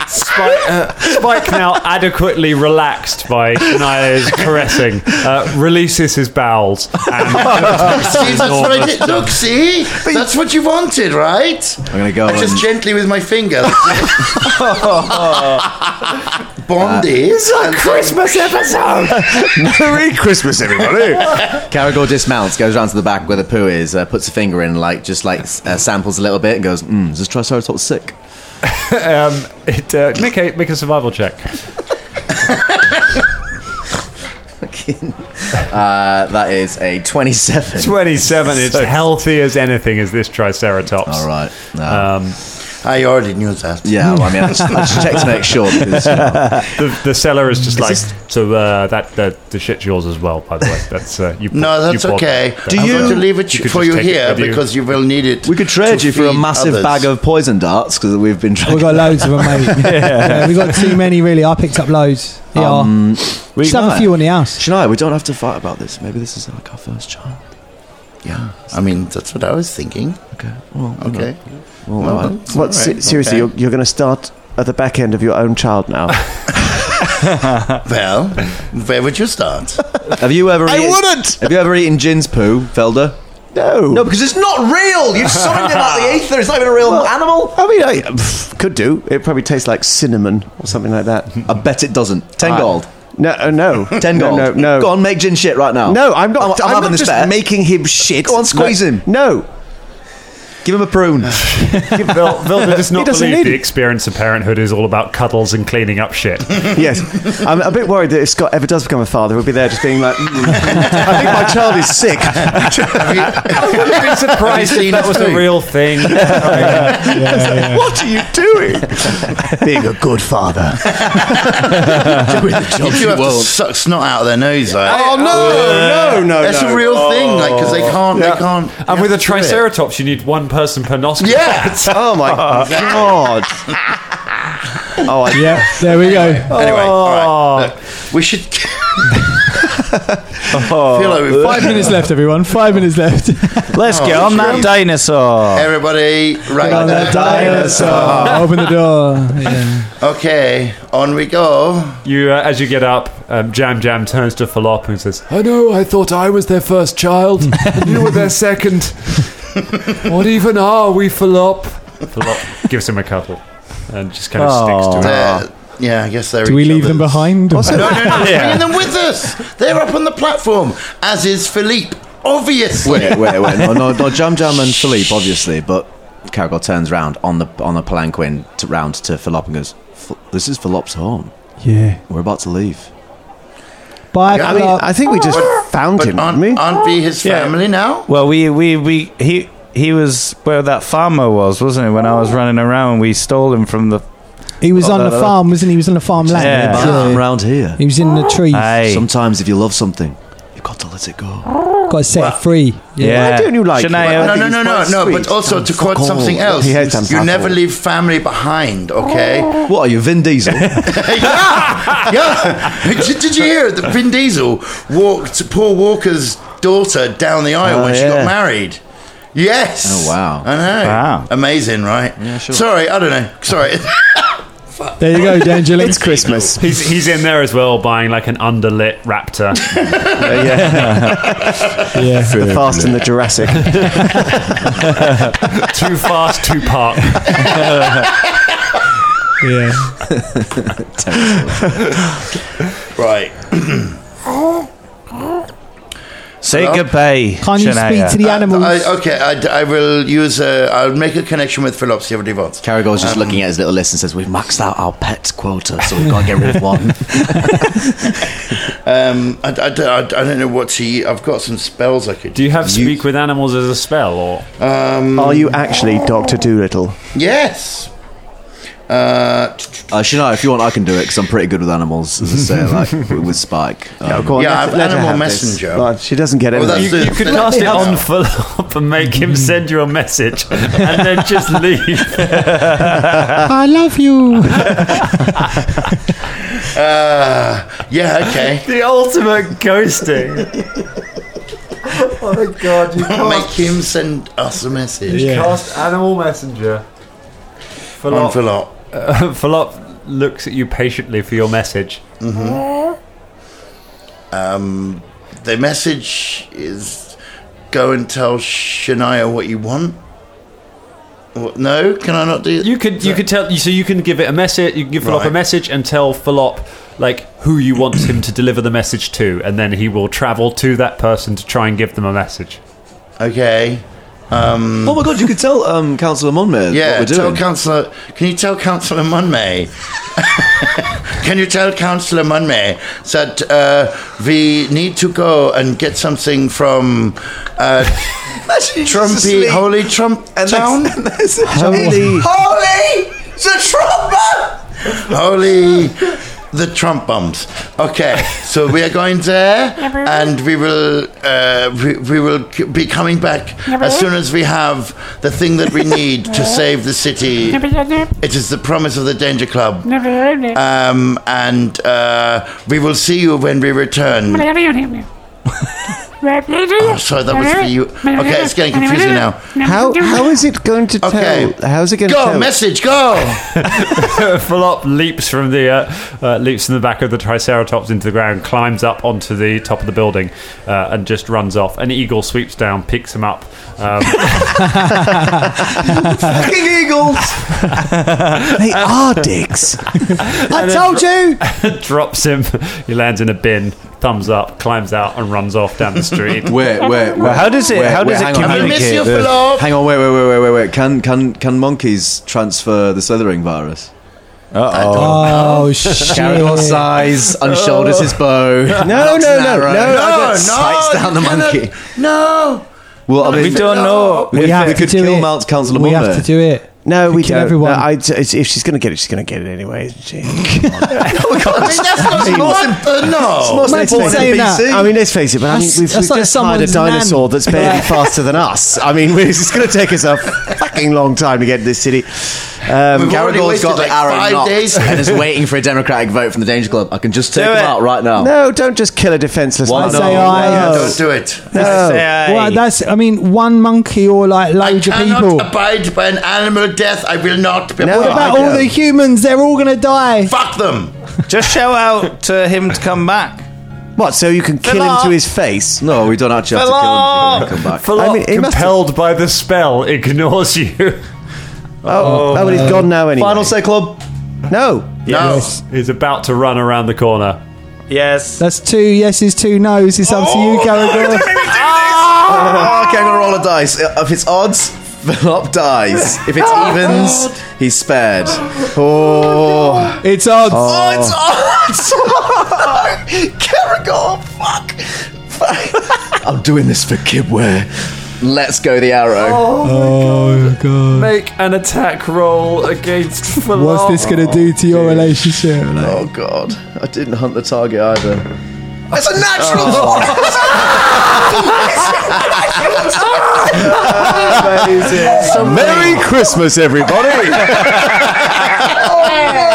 Speaker 6: Spike, uh, Spike now adequately relaxed by Shania's caressing, uh, releases his bowels. [LAUGHS] And um,
Speaker 7: see, that's what I did. Look, see, that's what you wanted, right?
Speaker 5: I'm gonna go.
Speaker 7: I just
Speaker 5: and-
Speaker 7: gently with my finger. Bondi.
Speaker 10: It's our Christmas episode. Merry Christmas, everybody.
Speaker 5: Caragor dismounts, goes round to the back where the poo is, uh, puts a finger in, like just like s- uh, samples a little bit, and goes, mm, "Is this Triceratops sick?"
Speaker 6: um, it, uh, make, a, make a survival check.
Speaker 5: Uh, that is a twenty-seven.
Speaker 6: 27, it's healthy as anything as this [LAUGHS] Triceratops. All
Speaker 5: right.
Speaker 6: Um,
Speaker 7: I already knew that.
Speaker 5: Yeah, well, I mean, I just, I just checked to make sure because uh, you know,
Speaker 6: the, the seller is
Speaker 5: [LAUGHS]
Speaker 6: just like, so uh, that, that the shit's yours as well, by the way. That's uh, [LAUGHS] you.
Speaker 7: No, that's
Speaker 6: you bought
Speaker 7: okay.
Speaker 6: that.
Speaker 7: I'm
Speaker 5: you-
Speaker 7: going to leave it
Speaker 6: You could
Speaker 7: for
Speaker 6: just
Speaker 7: you
Speaker 6: take it
Speaker 7: here
Speaker 6: with you.
Speaker 7: because you will need it.
Speaker 5: we could trade
Speaker 7: to
Speaker 5: you for a
Speaker 7: feed
Speaker 5: massive
Speaker 7: others.
Speaker 5: bag of poison darts because we've been.
Speaker 8: [LAUGHS] We've got loads of them, mate. [LAUGHS] Yeah, we've got too many, really. I picked up loads. Yeah.
Speaker 5: we
Speaker 8: Just have a few in the house.
Speaker 5: Shania, we don't have to fight about this. Maybe this is like our first child. Yeah.
Speaker 7: I mean, that's what I was thinking.
Speaker 5: Okay. Well, you know.
Speaker 7: Okay.
Speaker 5: Well,
Speaker 7: Oh, Well,
Speaker 5: alright.
Speaker 7: that's
Speaker 10: What,
Speaker 7: all
Speaker 10: se-
Speaker 7: right.
Speaker 10: seriously,
Speaker 7: Okay.
Speaker 10: you're, you're going to start at the back end of your own
Speaker 7: [LAUGHS]
Speaker 10: child now.
Speaker 7: Well, where would you start?
Speaker 5: Have you ever?
Speaker 10: I
Speaker 5: eaten,
Speaker 10: wouldn't!
Speaker 5: Have you ever eaten Jin's poo, Felder?
Speaker 10: No.
Speaker 5: No, because it's not real. You've summoned it out of the ether. It's not even a real animal.
Speaker 10: I mean, I pff, could do. It probably tastes like cinnamon or something like that.
Speaker 5: I bet it doesn't. Ten
Speaker 10: I-
Speaker 5: gold.
Speaker 10: No, uh, no.
Speaker 5: [LAUGHS] Ten
Speaker 10: no,
Speaker 5: gold.
Speaker 10: No, no.
Speaker 5: Go on, make gin shit right now.
Speaker 10: No, I'm not.
Speaker 5: I'm, I'm,
Speaker 10: I'm
Speaker 5: having
Speaker 10: not
Speaker 5: this
Speaker 10: just
Speaker 5: bet.
Speaker 10: making him shit.
Speaker 5: Go on, squeeze him.
Speaker 10: No.
Speaker 5: Give him a
Speaker 10: [SIGHS]
Speaker 5: prune.
Speaker 6: Vil- Vilda does not
Speaker 10: doesn't
Speaker 6: believe
Speaker 10: need
Speaker 6: the
Speaker 10: it.
Speaker 6: experience of parenthood is all about cuddles and cleaning up shit.
Speaker 10: yes. I'm a bit worried that if Scott ever does become a father, he'll be there just being like, "Mm,
Speaker 5: [LAUGHS]
Speaker 10: I think my child is sick.
Speaker 6: I've been surprised
Speaker 7: Have you seen
Speaker 6: if that
Speaker 7: his
Speaker 6: was a
Speaker 7: food?
Speaker 6: real thing.
Speaker 10: what are you doing?
Speaker 7: Being a
Speaker 8: [LAUGHS]
Speaker 7: good father. Doing the job you have to suck snot out of their nose. Like,
Speaker 10: Oh, no, no, no.
Speaker 7: That's
Speaker 10: no.
Speaker 7: a real thing, like because
Speaker 8: Oh.
Speaker 7: they can't, they can't. they
Speaker 6: And with a
Speaker 7: have to do it.
Speaker 6: Triceratops, you need one person per nostril.
Speaker 7: Yeah.
Speaker 10: Oh, my God. Oh, I,
Speaker 8: Yeah, there we go.
Speaker 7: [LAUGHS] Anyway,
Speaker 8: Oh.
Speaker 7: all right. Look, we should. [LAUGHS]
Speaker 8: Oh.
Speaker 7: feel like
Speaker 8: [LAUGHS]
Speaker 7: we've
Speaker 8: Five minutes left, everyone. Five minutes left.
Speaker 9: Let's get on that dinosaur.
Speaker 7: Everybody, right
Speaker 8: On [LAUGHS] the [LAUGHS]
Speaker 7: there.
Speaker 8: dinosaur. Open the door. Yeah.
Speaker 7: Okay, on we go.
Speaker 6: You, uh, as you get up, um, Jam Jam turns to Falop and says,
Speaker 12: I know, I thought I was their first child, and you were their second. what even are we, Philop?
Speaker 6: Falop gives him a cuddle and just kind of
Speaker 9: Oh.
Speaker 6: sticks to him.
Speaker 7: They're- yeah, I guess they're.
Speaker 8: Ah. Do we
Speaker 7: each
Speaker 8: leave them
Speaker 7: other's.
Speaker 8: behind?
Speaker 7: No, no, no. Bringing them with us. They're up on the platform, as is Philippe. Obviously.
Speaker 5: wait, wait, wait. No, no, no. Jam Jam and Philippe, obviously, but Caragor turns round on the on the palanquin to, round to Philop and goes, "Ph- "This is Philop's home.
Speaker 8: Yeah.
Speaker 5: We're about to leave."
Speaker 8: Bye.
Speaker 7: Yeah, I
Speaker 10: I
Speaker 7: mean,
Speaker 10: mean,
Speaker 8: Philip.
Speaker 10: I think we just found
Speaker 7: But
Speaker 10: him,
Speaker 7: aren't,
Speaker 10: didn't we?
Speaker 7: aren't we his family now?
Speaker 9: Well, we we we he he was where that farmer was, wasn't he? When I was running around, we stole him from the.
Speaker 8: he was
Speaker 9: Oh,
Speaker 8: on
Speaker 9: no,
Speaker 8: the
Speaker 9: no, no.
Speaker 8: farm, wasn't he? He was on the farmland.
Speaker 9: Yeah. Uh,
Speaker 5: But I'm round here.
Speaker 8: He was in the trees.
Speaker 9: Aye.
Speaker 5: Sometimes, if you love something, you've got to let it go.
Speaker 8: Got to set it free.
Speaker 9: yeah.
Speaker 10: Why don't you like him?
Speaker 9: Shania,
Speaker 10: I
Speaker 7: No,
Speaker 10: think
Speaker 7: no,
Speaker 10: he's
Speaker 7: no, no,
Speaker 10: quite
Speaker 7: no.
Speaker 10: sweet.
Speaker 7: But also, to quote something else,
Speaker 10: He hates
Speaker 7: you
Speaker 10: Unfuckable.
Speaker 7: never leave family behind, okay?
Speaker 5: What are you, Vin
Speaker 10: [LAUGHS]
Speaker 5: Diesel?
Speaker 7: [LAUGHS] yeah, yeah. Did, did you hear that Vin Diesel walked Paul Walker's daughter down the aisle
Speaker 9: Oh,
Speaker 7: when she
Speaker 9: yeah.
Speaker 7: got married? Yes.
Speaker 5: Oh, wow.
Speaker 7: I know.
Speaker 9: Wow.
Speaker 7: Amazing, right? Yeah, sure. Sorry, I don't know. Sorry.
Speaker 8: There you go, D'Angelo. [LAUGHS]
Speaker 10: It's Christmas.
Speaker 6: He's, he's in there as well, buying like an underlit [LAUGHS] raptor.
Speaker 8: Yeah.
Speaker 10: The Fast and the Jurassic.
Speaker 6: too fast, too park.
Speaker 8: yeah.
Speaker 7: right.
Speaker 9: say goodbay.
Speaker 8: Can't you
Speaker 9: Shania.
Speaker 8: speak to the animals?
Speaker 7: Uh, I, okay, I, d- I will use. i I'll make a connection with Philip. See what he wants.
Speaker 5: Caragor's
Speaker 10: Um,
Speaker 5: just looking at his little list and says, "We've maxed out our pet quota, so we've got to get rid of
Speaker 10: [LAUGHS]
Speaker 5: one."
Speaker 7: Um, I, I d- I d- I don't know what to. I've got some spells I could.
Speaker 6: Do you have speak with animals as a spell, or
Speaker 10: Are you actually Doctor Doolittle?
Speaker 7: Yes. Uh,
Speaker 5: Uh, Shania, if you want, I can do it because I'm pretty good with animals, as I say, like w- with Spike. Um,
Speaker 10: Yeah, go on,
Speaker 7: yeah,
Speaker 10: let-
Speaker 7: I've
Speaker 10: let her
Speaker 7: Animal
Speaker 10: have this.
Speaker 7: Messenger.
Speaker 10: Right, she doesn't get it.
Speaker 7: Well, Oh, that's
Speaker 10: You-
Speaker 7: the-
Speaker 10: you could
Speaker 7: the-
Speaker 10: cast it on
Speaker 6: Philip and make him send you a message and then [LAUGHS] just leave.
Speaker 8: I love you.
Speaker 7: Uh, yeah, okay.
Speaker 6: the ultimate ghosting. oh my god, you
Speaker 7: Make him send us a message.
Speaker 6: Cast Animal [LAUGHS] Messenger.
Speaker 7: On Philop.
Speaker 6: Uh, Philop looks at you patiently for your message.
Speaker 7: Um, the message is go and tell Shania what you want. What, no, can I not do that?
Speaker 6: You could you could tell so you can give it a message. You can give Philop a
Speaker 7: Right.
Speaker 6: message and tell Philop like who you want him to deliver the message to, and then he will travel to that person to try and give them a message.
Speaker 7: Okay. Um,
Speaker 5: oh my god, you could tell um, Councillor Monmouth
Speaker 7: yeah,
Speaker 5: what we're
Speaker 7: tell
Speaker 5: doing.
Speaker 7: Councillor. Can you tell Councillor Munmay? [LAUGHS] can you tell Councillor Munmay that uh, we need to go and get something from uh, Trumpy,
Speaker 5: asleep.
Speaker 7: Holy Trump Town?
Speaker 5: [LAUGHS] Holy-
Speaker 7: Holy the Trump bump! Holy the Trump bumps. Okay, so we are going there, and we will uh, we, we will c- be coming back as soon as we have the thing that we need to save the city. It is the promise of the Danger Club. Um, and uh, we will see you when we return. Oh, sorry, that was for you. Okay, it's getting confusing now.
Speaker 11: How how is it going to tell?
Speaker 7: Okay.
Speaker 11: How's it going to
Speaker 7: Go,
Speaker 11: tell?
Speaker 7: message, go!
Speaker 6: Philop leaps from the uh, uh, leaps from the back of the Triceratops into the ground, climbs up onto the top of the building, uh, and just runs off. An eagle sweeps down, picks him up, [LAUGHS] um,
Speaker 5: Fucking eagles!
Speaker 11: they are dicks.
Speaker 5: I told you!
Speaker 6: drops him. [LAUGHS] He lands in a bin. Thumbs up, climbs out, and runs off down the [LAUGHS] street.
Speaker 5: Wait, wait, wait.
Speaker 9: how does it- how does it
Speaker 5: hang on, hang on.
Speaker 7: communicate? I miss you, Philop.
Speaker 5: Hang on, wait, wait, wait, wait, wait, wait. Can can can monkeys transfer the slithering virus?
Speaker 8: Oh shit!
Speaker 5: Caragor sighs, unshoulders his bow. No, no,
Speaker 11: no, no, no,
Speaker 7: no,
Speaker 5: Spikes down the
Speaker 7: you cannot-
Speaker 5: monkey.
Speaker 7: No!
Speaker 5: Well, I mean,
Speaker 9: We don't know.
Speaker 5: We,
Speaker 8: We have
Speaker 5: we
Speaker 8: to
Speaker 5: could
Speaker 8: do
Speaker 5: kill
Speaker 8: it.
Speaker 5: Mount Councillor
Speaker 8: we have
Speaker 5: Mulder.
Speaker 8: to do it.
Speaker 11: No, we
Speaker 8: Kill
Speaker 11: don't.
Speaker 8: everyone.
Speaker 11: No, I, it's, if she's going to get it, she's going to get it anyway. isn't she?
Speaker 7: I mean, that's not important. No.
Speaker 8: Imagine saying that.
Speaker 11: I mean, let's face it, but I mean,
Speaker 8: That's-
Speaker 11: we've,
Speaker 8: that's
Speaker 11: we've
Speaker 8: like
Speaker 11: just hired a
Speaker 8: someone's
Speaker 11: dinosaur
Speaker 8: nan.
Speaker 11: that's barely faster than us. I mean, [LAUGHS] we're- it's going to take us a fucking long time to get to this city. Um,
Speaker 7: We've already
Speaker 5: Caragor's
Speaker 7: wasted
Speaker 5: got
Speaker 7: like
Speaker 5: the arrow
Speaker 7: five
Speaker 5: knocked
Speaker 11: [LAUGHS]
Speaker 7: days.
Speaker 5: and is waiting for a democratic vote from the Danger Club. I can just take
Speaker 11: Do
Speaker 5: him
Speaker 11: it.
Speaker 5: out right now.
Speaker 11: No, don't just kill a defenseless
Speaker 5: Why
Speaker 11: one.
Speaker 5: not?
Speaker 8: Say I.
Speaker 11: No.
Speaker 7: Don't do it.
Speaker 8: Well, that's. I mean, one monkey or like
Speaker 7: I
Speaker 8: loads of
Speaker 7: cannot
Speaker 8: people.
Speaker 7: abide by an animal death. I will not be
Speaker 11: No,
Speaker 7: part
Speaker 8: What
Speaker 7: of
Speaker 8: about
Speaker 7: it.
Speaker 8: all the humans? They're all gonna die.
Speaker 7: Fuck them.
Speaker 4: Just shout out to him to come back.
Speaker 11: What? So you can kill him
Speaker 4: Philip.
Speaker 11: to his face?
Speaker 5: No, we don't actually have to kill him. if he doesn't Come back.
Speaker 6: Philop,
Speaker 11: I mean, it must
Speaker 6: compelled by the spell, ignores you.
Speaker 11: Oh, oh, but he's gone now anyway.
Speaker 5: Final say, club.
Speaker 11: No.
Speaker 7: No.
Speaker 6: He's about to run around the corner.
Speaker 4: Yes.
Speaker 8: That's two yeses, two nos. It's up to you, Caragor.
Speaker 5: Oh,
Speaker 7: Ah.
Speaker 5: okay, I'm gonna roll a dice. If it's odds, [LAUGHS] Philop dies. If it's
Speaker 7: Ah.
Speaker 5: evens, he's spared. Oh,
Speaker 8: It's odds.
Speaker 5: it's odds! [LAUGHS] Caragor, oh, fuck! Fuck. I'm doing this for Kibware. Let's go the arrow.
Speaker 8: Oh, god.
Speaker 6: Make an attack roll against
Speaker 9: [LAUGHS]
Speaker 6: Philop.
Speaker 8: What's this gonna do to your relationship?
Speaker 5: Oh god, I didn't hunt the target either. That's a natural [LAUGHS] Amazing. Merry Christmas, [LAUGHS] everybody! Oh,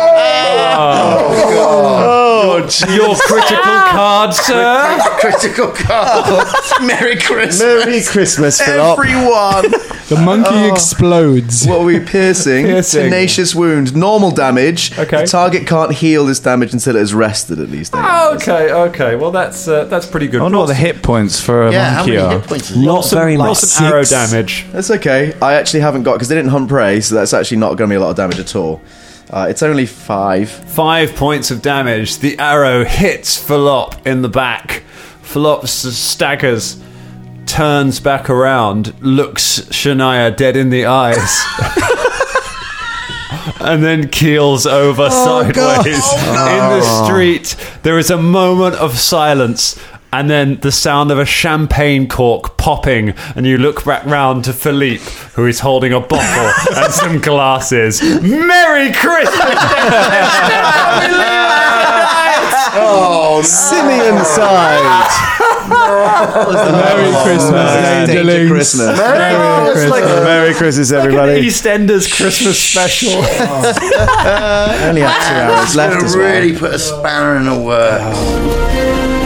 Speaker 5: Oh,
Speaker 6: Your critical card, sir.
Speaker 7: Critical card.
Speaker 5: [LAUGHS]
Speaker 7: Merry Christmas.
Speaker 11: Oh. Merry Christmas, Philip. [LAUGHS]
Speaker 5: Everyone!
Speaker 8: The monkey
Speaker 6: Oh.
Speaker 8: explodes.
Speaker 5: What are we piercing?
Speaker 6: Piercing.
Speaker 5: Tenacious wound, normal damage.
Speaker 6: Okay.
Speaker 5: The target can't heal this damage until it is rested at least.
Speaker 11: Oh.
Speaker 6: Okay, okay. Well, that's uh, that's pretty good.
Speaker 9: I wonder what
Speaker 6: Roll
Speaker 9: the
Speaker 6: some-
Speaker 9: hit points for a
Speaker 7: Yeah, how
Speaker 9: monkey
Speaker 7: many
Speaker 9: are.
Speaker 7: hit points is
Speaker 6: roll
Speaker 11: Not
Speaker 6: some-
Speaker 11: very
Speaker 6: roll
Speaker 11: much.
Speaker 6: some arrow damage.
Speaker 5: That's okay. I actually haven't got because they didn't hunt prey, so that's actually not going to be a lot of damage at all. Uh, it's only five.
Speaker 6: Five points of damage. The arrow hits Philop in the back. Philop s- staggers, turns back around, looks Shania dead in the eyes, [LAUGHS] and then keels over sideways in the street. There is a moment of silence. and then the sound of a champagne cork popping, and you look back round to Philippe, who is holding a bottle and some glasses. Merry Christmas!
Speaker 11: Oh, Simeon side. Merry
Speaker 5: Oh,
Speaker 11: Christmas, Danger Christmas. Merry Christmas. Merry Christmas, everybody.
Speaker 6: EastEnders Christmas
Speaker 5: [LAUGHS]
Speaker 6: special.
Speaker 11: Only have two hours left
Speaker 7: Gonna
Speaker 11: as well.
Speaker 7: really put a spanner in the works.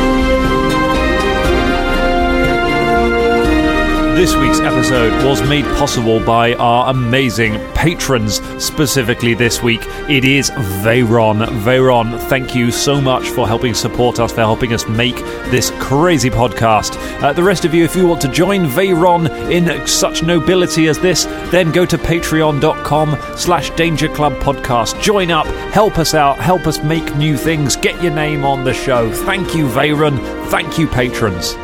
Speaker 6: This week's episode was made possible by our amazing patrons. Specifically this week, it is Veyron. Veyron, thank you so much for helping support us, for helping us make this crazy podcast. Uh, the rest of you, if you want to join Veyron in such nobility as this, then go to patreon.com slash danger club podcast. Join up, help us out, help us make new things, get your name on the show. Thank you, Veyron. Thank you, patrons.